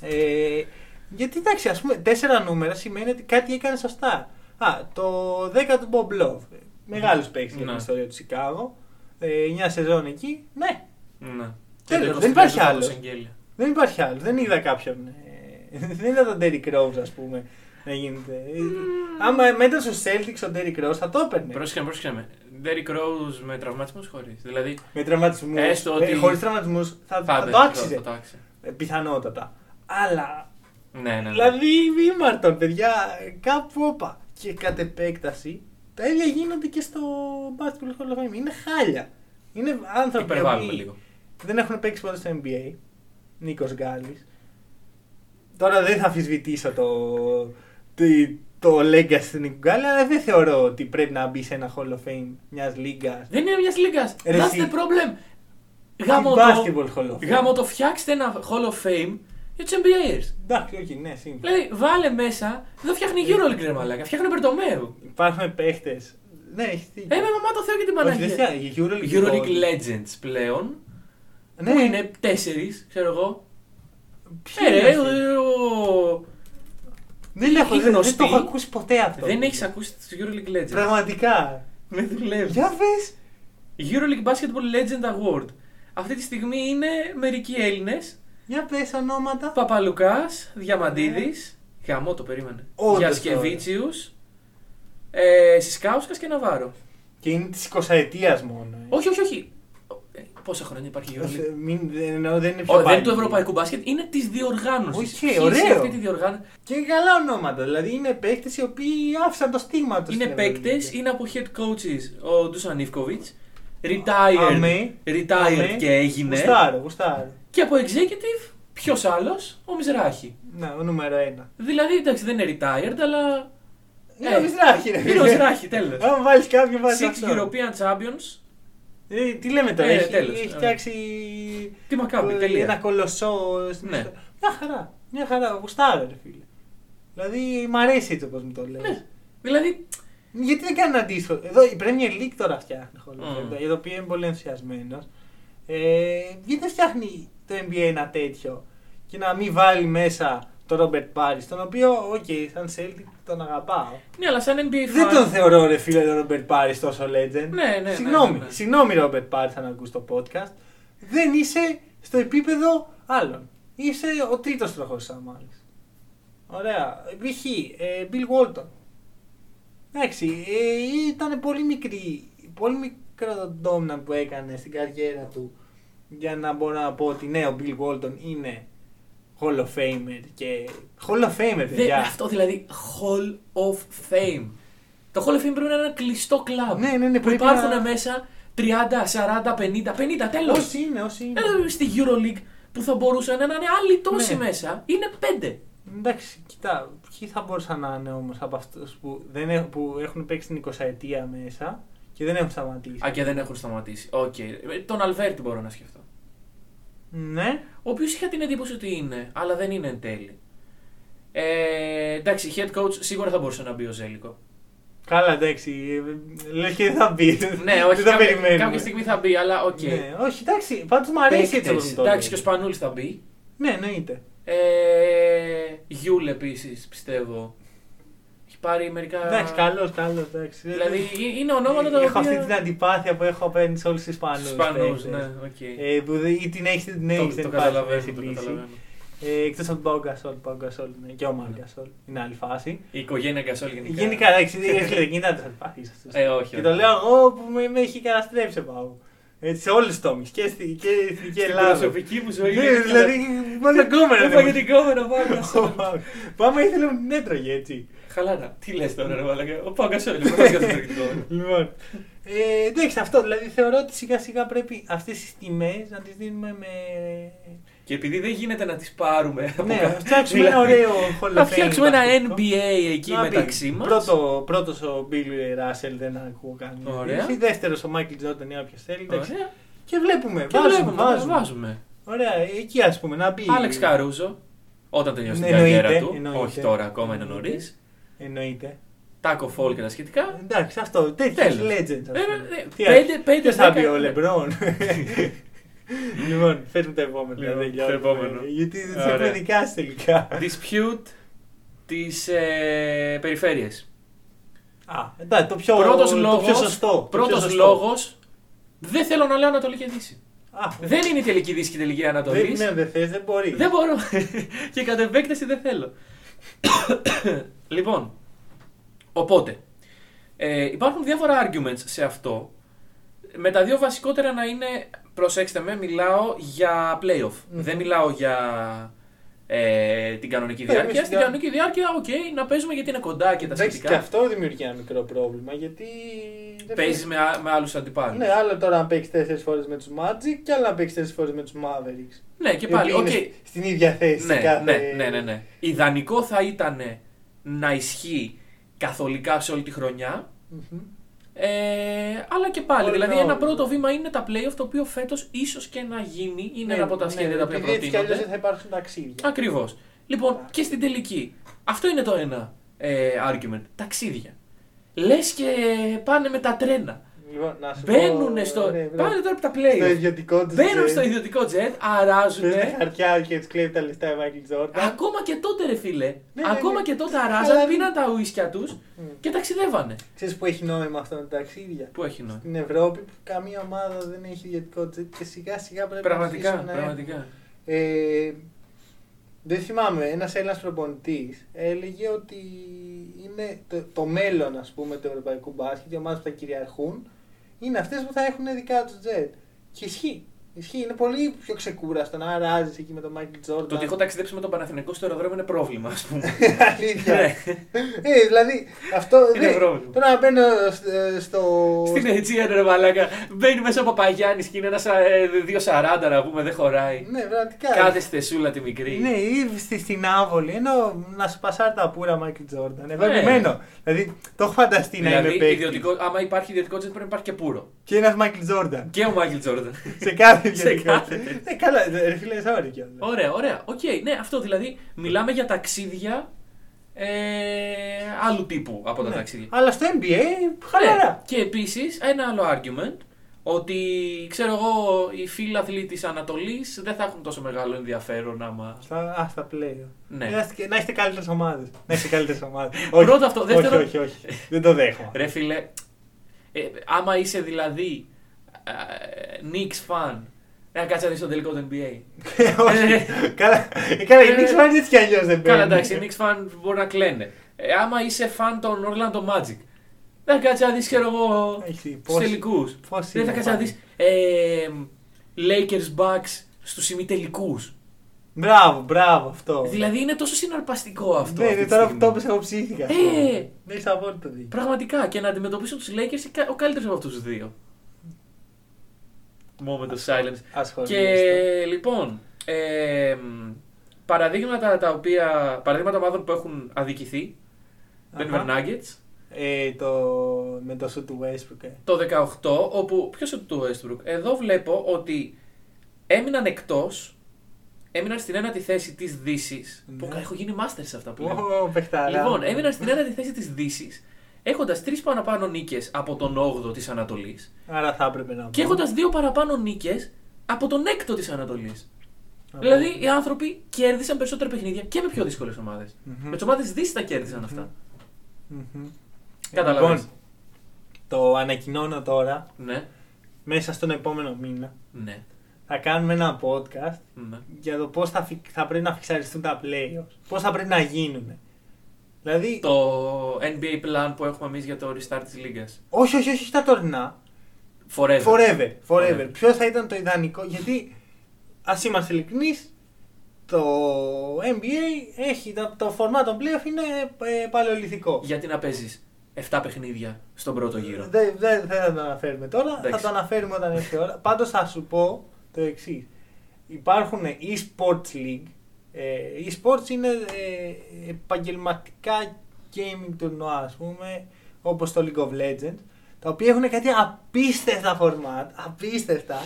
Ε, γιατί εντάξει, ας πούμε, τέσσερα νούμερα σημαίνει ότι κάτι έκανε σωστά. Α, το 10 του Bob Love. Μεγάλος παίκτης για την Ναι. ιστορία του Σικάγο. Ε, 9 σεζόν εκεί. Ναι, Ναι. Τέλος, Και το δεν 23 υπάρχει του άλλο. το Σεγγέλια. δεν υπάρχει άλλος. Δεν είδα κάποιον. ε, δεν είδα τον Derrick Rose, ας πούμε, να γίνεται. Ε, Άμα μετά στου Celtics ο Derrick Rose θα το έπαιρνε. Πρόσεχε, με, πρόσεχε με. Derrick Rose με τραυματισμούς χωρίς. Δηλαδή Με τραυματισμούς. Έστω ότι- Χωρίς τραυματισμούς θα, θα, έπαιρνε, το άξιζε. θα το άξιζε. Ε, Πιθανότατα. Αλλά. Ναι, ναι. ναι. Δηλαδή, ήμαρτον, παιδιά, κάπου όπα. Και κατ' επέκταση, τα ίδια γίνονται και στο Basketball Hall of Fame. Είναι χάλια. Είναι άνθρωποι Υπερβάλλουμε οποίοι λίγο. δεν έχουν παίξει ποτέ στο NBA. Νίκος Γκάλης. Τώρα δεν θα αμφισβητήσω το, το, το legacy του Νίκο Γκάλη, αλλά δεν θεωρώ ότι πρέπει να μπει σε ένα Hall of Fame μιας λίγας. Δεν είναι μιας λίγας. Ρε That's εσύ. the problem. Γάμο το, Basketball Hall of Fame. γάμο το φτιάξτε ένα Hall of Fame για τους NBAers. Εντάξει, όχι, ναι, σύμφωνα. Δηλαδή, βάλε μέσα. Δεν Ε, φτιάχνει Euroleague, ρε μαλάκα. Φτιάχνει Μπερτομέου. Υπάρχουν παίχτες. Ναι, έχεις Ε, δίκιο. με μαμά το Θεό και την Όχι, δεν Παναγία. φτιάχνει. Η Euroleague, Euroleague λοιπόν. Legends πλέον. Ναι. Που είναι τέσσερις, ξέρω εγώ. Ποιοι Ε, ρε, είναι αυτοί? ε, ο- Δεν, έχω, δεν, γνωστοί. δεν το έχω ακούσει ποτέ αυτό. Δεν έχεις ακούσει τους Euroleague Legends. Πραγματικά. Με δουλεύεις. Για πες. Euroleague Basketball Legend Award. Αυτή τη στιγμή είναι μερικοί Έλληνες Για πες ονόματα. Παπαλουκάς, Διαμαντίδης. Γαμό το περίμενε. Ναι. Όντως, Γιασκεβίτσιου. Ε, Σισκάουσκα και Ναβάρο. Και είναι της 20 ετία μόνο. ε. Όχι, όχι, όχι. Ε, Πόσα χρόνια υπάρχει η Euroleague. Ε, μην- δεν- εννοώ, δεν είναι πιο Ο, δεν είναι παλιοί. του ευρωπαϊκού μπάσκετ, είναι της διοργάνωσης. Οκ, ωραίο. αυτή τη διοργάνωση. Και καλά ονόματα. Δηλαδή είναι παίκτες οι οποίοι άφησαν το ναι. στίγμα τους. Είναι παίκτε, είναι από head coaches ο Ντούσαν Ιβκοβιτ. Retired, Αμέ. retired και έγινε. Ναι. Γουστάρω, γουστάρω. Και από executive, ποιος άλλος, ο Μιζράχη. Ναι, ο νούμερο ένα. Δηλαδή εντάξει δεν είναι retired, αλλά. ε, Είναι ο Μιζράχη, ρε. Ναι. Είναι ο Μιζράχη, τέλος. Αν βάλεις κάποιον βάζει Six αυτό. European Champions. Ε, Τι λέμε τώρα, Ε, έχει, τέλος. έχει Ε. φτιάξει Τη Μακάμπη, Ε, τελεία. Ένα κολοσσό. στην Ναι. ιστορία. Μια χαρά. Μια χαρά. Γουστάρω, ρε φίλε. Δηλαδή, μ' αρέσει έτσι όπως μου το λέει. Ναι. Δηλαδή, Γιατί δεν κάνει αντίστοιχο. Εδώ η Premier League τώρα φτιάχνει. Mm. Mm. Για το οποίο είμαι πολύ ενθουσιασμένος. Ε, γιατί δεν φτιάχνει το NBA ένα τέτοιο και να μην βάλει μέσα τον Ρόμπερτ Πάρη, τον οποίο, οκ, σαν Celtic τον αγαπάω. ναι, αλλά σαν NBA Δεν fan- τον θεωρώ ρε φίλε τον Ρόμπερτ Πάρη τόσο legend. Ναι, ναι, συγγνώμη, ναι, ναι, ναι. συγγνώμη Ρόμπερτ Πάρη αν ακούς το podcast. Δεν είσαι στο επίπεδο άλλων. Είσαι ο τρίτος τροχός σαν μάλιστα. Ωραία. Π.χ. ε, Bill Walton. Εντάξει, ε, ήταν πολύ μικρή, πολύ μικρό το ντόμνα που έκανε στην καριέρα του για να μπορώ να πω ότι ναι, ο Bill Walton είναι Hall of Famer και Hall of Famer, Δε- παιδιά. αυτό δηλαδή Hall of Fame. Το Hall of Fame πρέπει να είναι ένα κλειστό κλαμπ. Ναι, ναι, ναι, που πρέπει υπάρχουν να- μέσα 30, 40, 50, 50, τέλος. Όσοι είναι, όσοι είναι. Ένα Ε, στη EuroLeague που θα μπορούσαν να είναι άλλοι τόσοι Ναι. μέσα. Είναι πέντε. Εντάξει, κοιτά, ποιοι θα μπορούσαν να είναι όμως από αυτούς που, δεν έχ- που έχουν παίξει την 20 ετία μέσα και δεν έχουν σταματήσει. Α, και δεν έχουν σταματήσει. Οκ. Ε, Τον Αλβέρτη μπορώ να σκεφτώ. Ναι, Ο οποίος είχα την εντύπωση ότι είναι, αλλά δεν είναι εν τέλει. Ε, εντάξει, head coach σίγουρα θα μπορούσε να μπει ο Ζέλικο. καλά, εντάξει. Λες και δεν θα μπει. ναι, όχι, δεν τα κάποια, περιμένουμε. κάποια στιγμή θα μπει, αλλά οκ. Ναι, όχι, εντάξει, πάντως μου αρέσει έτσι Παίκτες, όπως το Εντάξει, και ο λέει. Σπανούλης θα μπει. Ναι, εννοείται. Ε, Γιούλ επίσης, πιστεύω. Έχει πάρει μερικά. Εντάξει, καλός, καλός. Εντάξει. Δηλαδή ε- είναι ονόματα τα Έχω αυτή οποία. την αντιπάθεια που έχω απέναντι σε όλους τους Ισπανούς. Σπανούς, ναι, οκ. Ε, που δεν- ή την έχεις την έχεις, το, το δεν καταλαβαίνω. υπάρχει Το λύση. καταλαβαίνω. Ε, Εκτός από τον Πάο Γκασόλ, Πάο Γκασόλ ναι, και ο Μαρ Γκασόλ. Είναι άλλη φάση. Η οικογένεια Γκασόλ γενικά. Γενικά, εντάξει, δεν κοιτάτε του αντιπαθεί αυτούς. Ε, όχι. Και το λέω εγώ που με, με έχει καταστρέψει ο Πάου. Έτσι, σε όλους τους τόμους. Και στην και, στην Εθνική Στην Ελλάδα. προσωπική μου ζωή. Ναι, δηλαδή, μόνο κόμμερα Είπα για την κόμενα, Πάγκασόλ. Πάμε ήθελα να την έτρωγε έτσι. Χαλάρα. Τι λες τώρα, ρε Μαλακά. Ο Πάγκασόλ. Ο Πάγκασόλ. Λοιπόν. Ε, εντάξει, αυτό δηλαδή θεωρώ ότι σιγά σιγά πρέπει αυτές τις τιμές να τις δίνουμε με. Και επειδή δεν γίνεται να τις πάρουμε. από ναι, κάτω, να φτιάξουμε ένα δηλαδή, ωραίο χολοφέιν. Θα φτιάξουμε ένα μπασκετικό. NBA εκεί Να πει, μεταξύ μας. Πρώτο, πρώτος ο Bill Russell δεν ακούω κανένα. Ωραία. Ωραία. Δεύτερος ο Michael Jordan ή όποιος θέλει. εντάξει. Ωραία. Και βλέπουμε. Και βάζουμε, βλέπουμε, βάζουμε. βάζουμε. Ωραία, εκεί ας πούμε να μπει. Άλεξ Καρούζο, όταν τελειώσει Ναι, την καριέρα εννοείται, του, εννοείται. όχι τώρα, ακόμα είναι νωρίς. Εννοείται. Τάκο Φόλ και τα σχετικά. Εντάξει, αυτό. Τέτοιες Τέλος. legends. ας Ε, πούμε. ε, ε, Τι πέντε- άλλο. πέντε, Ποιος θα μπει δέκα, ο ναι. Λεμπρόν. λοιπόν, φέρνουμε το επόμενο. Λοιπόν, δεν το λιώνουμε, επόμενο. Γιατί δεν σε Ωραία. έχουμε δικάσει τελικά. Dispute τη ε, περιφέρεια. Α, εντάξει, το πιο, Πρώτος το πιο σωστό. το λόγο. πιο Πρώτος σωστό. λόγος, δεν θέλω να λέω Ανατολική Δύση. Α, Δεν είναι η τελική Δύση και η τελική δεν Ανατολή. ναι, δεν θες, δεν μπορεί. Δεν μπορώ. και κατ' επέκταση δεν θέλω. λοιπόν, οπότε, ε, υπάρχουν διάφορα arguments σε αυτό. Με τα δύο βασικότερα να είναι, προσέξτε με, μιλάω για playoff. Δεν μιλάω για ε, την κανονική Ε, εμείς διάρκεια. την Στην κα- κανονική διάρκεια, οκ, να παίζουμε γιατί είναι κοντά και τα Εντάξει, και σχετικά. αυτό δημιουργεί ένα μικρό πρόβλημα γιατί. δεν Παίζεις με, α- με άλλους αντιπάλους. Ναι, άλλο τώρα να παίξεις 4 φορές με τους Magic και άλλο να παίξεις 4 φορές με τους Mavericks. Ναι, Ε, και Οι πάλι, οκ. οποίοι είναι Στην ίδια θέση. ναι, Ε, κάθε... ναι, ναι, ναι, ναι. Ιδανικό θα ήταν να ισχύει καθολικά σε όλη τη χρονιά. Μμμ. Ε, αλλά και πάλι, Μπορεί δηλαδή να ένα όλοι. πρώτο βήμα είναι τα playoff το οποίο φέτος ίσως και να γίνει. Είναι Ναι, ένα από τα ναι, σχέδια τα οποία επειδή έτσι κι αλλιώς δεν προτείνονται. θα υπάρξουν ταξίδια. Ακριβώς. Λοιπόν, και στην τελική. Αυτό είναι το ένα ε, argument. Ταξίδια. Λες και πάνε με τα τρένα. Λοιπόν, να σου πω, Μπαίνουν στο. ναι, βρε, Πάνε τώρα από τα στο playoff. ιδιωτικό Ναι, του. Μπαίνουν στο ιδιωτικό ε. jet, αράζουν. τα χαρτιά και του κλέβει τα λεφτά η Michael Jordan. Ακόμα και τότε, ρε φίλε. ναι, ακόμα ναι. και τότε Αλλά αράζαν, δεν- πίναν τα ουίσκια τους και ταξιδεύανε. Ξέρεις που έχει νόημα αυτό με τα ταξίδια. Πού έχει νόημα. Στην Ευρώπη που καμία ομάδα δεν έχει ιδιωτικό τζετ και σιγά σιγά πρέπει να Πραγματικά, αρχίσουν ναι. να έχουν. πραγματικά. Ε, δεν θυμάμαι, ένας Έλληνας προπονητής έλεγε ότι είναι το, το μέλλον ας πούμε, του ευρωπαϊκού μπάσκετ, οι ομάδες που θα κυριαρχούν, είναι αυτές που θα έχουν δικά τους τζετ. Και ισχύει. Ισχύει. Είναι πολύ πιο ξεκούραστο να αράζει εκεί με τον Μάικλ Τζόρνταν. Το ότι έχω ταξιδέψει με τον Παναθηναϊκό στο αεροδρόμιο είναι πρόβλημα, ας πούμε. Αλήθεια. Ναι. ε, δηλαδή, αυτό. Είναι δεν- πρόβλημα. Τώρα να μπαίνω σ- ε, στο. Στην Αιτία, ρε μαλάκα. Μπαίνει μέσα ο Παπαγιάννης και είναι ένας 2,40 να πούμε, δεν χωράει. Ναι, πραγματικά. Κάθε στεσούλα τη μικρή. Ναι, ή στη- στην άβολη. Ενώ να σου πασάρει τα πουρα Μάικλ Τζόρνταν. Εγώ Ναι. επιμένω. Δηλαδή, το έχω φανταστεί να είμαι Δηλαδή, παίκτη. ιδιωτικό, άμα υπάρχει ιδιωτικό τζετ, πρέπει να υπάρχει και πουρο. Και ένας Μάικλ Τζόρνταν. Και ο Μάικλ Τζόρνταν. σε κάθε Σε ιδιωτικό. κάθε. Ναι, καλά, ρε φίλε, sorry κιόλας. Ωραία, ωραία. Οκ, ναι, αυτό δηλαδή. Μιλάμε για ταξίδια ε, άλλου τύπου από τα Ναι. ταξίδια. Αλλά στο NBA, Ναι. χαλαρά. Και επίσης ένα άλλο argument ότι ξέρω εγώ οι φίλαθλοι της Ανατολής δεν θα έχουν τόσο μεγάλο ενδιαφέρον άμα. Στα, α, στα play. Ναι. Να είστε, να είστε καλύτερες ομάδες. Να είστε καλύτερες ομάδες. Πρώτο αυτό, δεύτερο- Όχι, όχι, όχι. Δεν το δέχομαι. Ρε φίλε, ε, άμα είσαι δηλαδή ε, Knicks fan, να κάτσε να δεις τον τελικό του NBA. όχι. Καλά, καλά, οι Ε, Knicks φάνε έτσι κι αλλιώς δεν Καλά, παίρνουν. εντάξει, οι Knicks fan μπορεί να κλαίνε. Ε, άμα είσαι fan των Orlando Magic, να κάτσε να δεις, ξέρω εγώ, Έχει, τους πώς- τελικούς. πώς Δεν θα είναι κάτσε να fan. δεις ε, Lakers Bucks στους ημιτελικούς. Μπράβο, μπράβο αυτό. Δηλαδή είναι τόσο συναρπαστικό αυτό. Ναι, αυτή ναι, τη τώρα που στιγμή. το έπεσε, εγώ ψήθηκα. Ε! Ναι, είσαι απόλυτο δίκιο. Πραγματικά και να αντιμετωπίσουν τους Lakers είναι ο καλύτερος από αυτούς τους δύο. Moment of silence. Και Ασχολείστε. λοιπόν, ε, μ, παραδείγματα τα οποία. παραδείγματα ομάδων που έχουν αδικηθεί. Denver Αχα. Nuggets. Ε, το... Με το σου του Westbrook. ε. Το 18, όπου. Ποιος είναι το Westbrook. Εδώ βλέπω ότι έμειναν εκτός. Έμειναν στην ένατη θέση της Δύσης. Ναι. Που έχω γίνει μάστερ σε αυτά που λέω. Ω, παιχταρά. Ναι. Λοιπόν, έμειναν στην ένατη θέση της Δύσης, έχοντας τρεις παραπάνω νίκες από τον 8ο της Ανατολής Άρα θα έπρεπε να και πω. έχοντας δύο παραπάνω νίκες από τον 6ο της Ανατολής. Να πω. Δηλαδή οι άνθρωποι κέρδισαν περισσότερα παιχνίδια και με πιο δύσκολες ομάδες. Μμμ. Με τις ομάδες Δύση τα κέρδισαν αυτά. Μμμ. Καταλαβαίνεις. Λοιπόν, το ανακοινώνω τώρα. Ναι, Μέσα στον επόμενο μήνα ναι, θα κάνουμε ένα podcast ναι. για το πώς θα, φι- θα πρέπει να φιξαριστούν τα playoffs. Πώς θα πρέπει να γίνουν. Δηλαδή, Το NBA plan που έχουμε εμείς για το restart της Λίγκα. όχι, όχι, όχι τα τωρινά. Forever. Forever. Forever. Forever. Ποιο θα ήταν το ιδανικό, γιατί ας είμαστε ειλικρινείς, το NBA έχει το, το format των playoff είναι ε, παλαιολithικό. Γιατί να παίζεις 7 παιχνίδια στον πρώτο γύρο. Δεν δεν- δεν θα το αναφέρουμε τώρα, θα Εντάξει. το αναφέρουμε όταν έρθει η ώρα. Πάντως θα σου πω το εξής. Υπάρχουν e-sports league. Ε, e-sports είναι ε, επαγγελματικά gaming τουρνουά, ας πούμε, όπως το League of Legends, τα οποία έχουν κάτι απίστευτα format, απίστευτα,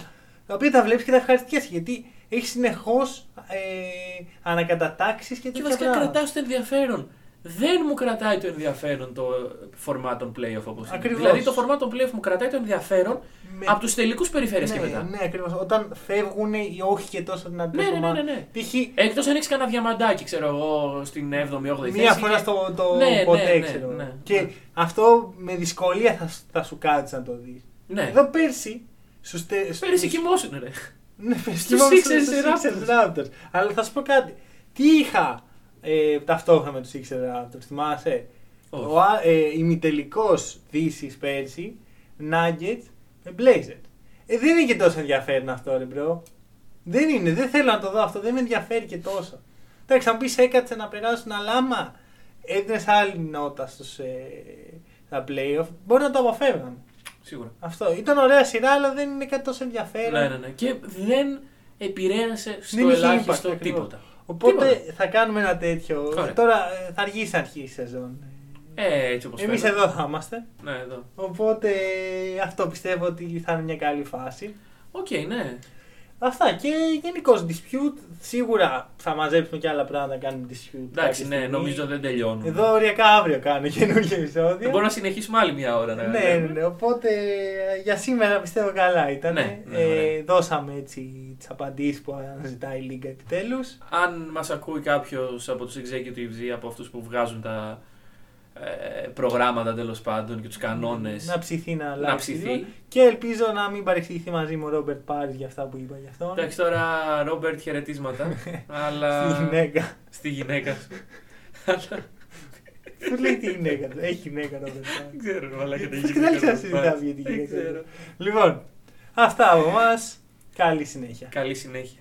τα οποία τα βλέπεις και τα ευχαριστιέσαι γιατί έχεις συνεχώς ε, ανακατατάξεις και Και τέτοια βασικά πράγματα. κρατάς το ενδιαφέρον. Δεν μου κρατάει το ενδιαφέρον το φορμά των playoff όπως είναι. Ακριβώς. Δηλαδή το φορμά των playoff μου κρατάει το ενδιαφέρον Με- από τους τελικούς περιφέρειες ναι, και μετά. Ναι, ακριβώς. Όταν φεύγουν οι όχι και τόσο δυνατέ. Ναι, ναι, ναι, ναι, ναι. Π.χ. Εκτός αν έχεις κανένα διαμαντάκι, ξέρω εγώ, στην 7η-8η Μία φορά στο το Ναι, ποτέ, ναι, ναι, ξέρω. ναι. Και αυτό με δυσκολία θα, σ- θα σου κάτσει να το δεις. Ναι. Εδώ πέρσι. Στους τε... Πέρυσι στους- κοιμόσουν, ρε. Ναι, πέρσι στους κοιμόμουν Sixers στους Sixers Raptors. Raptors. Αλλά θα σου πω κάτι. Τι είχα ε, ταυτόχρονα με τους Sixers Raptors, θυμάσαι. Όχι. Ο α- ε, ημιτελικός Δύσης πέρσι, Nuggets με Blazers. Ε, δεν είναι και τόσο ενδιαφέρον αυτό, ρε μπρο. Δεν είναι, δεν θέλω να το δω αυτό, δεν με ενδιαφέρει και τόσο. Εντάξει, αν πεις έκατσε να περάσουν αλάμα, έδινες άλλη νότα στους, ε, στα playoff, μπορεί να το αποφεύγαμε. Σίγουρα. Αυτό. Ήταν ωραία σειρά, αλλά δεν είναι κάτι τόσο ενδιαφέρον. Ναι, ναι, ναι. Και δεν επηρέασε στο Δεν είχε impact, ελάχιστο ακριβώς. τίποτα. Οπότε Τίποτα. θα κάνουμε ένα τέτοιο. Ωραία. Τώρα ε, θα αργήσει να αρχίσει η σεζόν. Ε, έτσι όπως Εμείς εδώ θα είμαστε. Ναι, εδώ. Οπότε αυτό πιστεύω ότι θα είναι μια καλή φάση. Οκ, ναι. Αυτά και γενικώς dispute. Σίγουρα θα μαζέψουμε και άλλα πράγματα να κάνουμε dispute. κάποια Εντάξει, ναι, στιγμή. νομίζω δεν τελειώνουμε. Ε, Εδώ οριακά αύριο κάνω καινούργιο επεισόδιο. Μπορούμε να συνεχίσουμε άλλη μια ώρα να Ναι, ναι, ναι. Οπότε ε, για σήμερα πιστεύω καλά ήταν. Ναι, ναι, ε, ωραία. δώσαμε έτσι τις απαντήσεις που αναζητάει η Λίγκα επιτέλους. Αν μας ακούει κάποιος από τους executives ή από αυτούς που βγάζουν τα ε, προγράμματα τέλος πάντων και τους κανόνες. Να ψηθεί να αλλάξει. ψηθεί. Και ελπίζω να μην παρεξηγηθεί μαζί μου ο Ρόμπερτ Πάρης για αυτά που είπα για αυτόν. Εντάξει τώρα, Ρόμπερτ, χαιρετίσματα. αλλά... Στη γυναίκα. Στη γυναίκα σου. αλλά... Του λέει τι γυναίκα. του. Έχει γυναίκα Ρόμπερτ Πάρης. Δεν ξέρω, ρε μαλάκα, Πώς και δεν γυναίκα ξέρω να μου συζητάμε πάρει. για τη Δεν γυναίκα. ξέρω. Λοιπόν, αυτά από εμάς. Καλή συνέχεια. Καλή συνέχεια.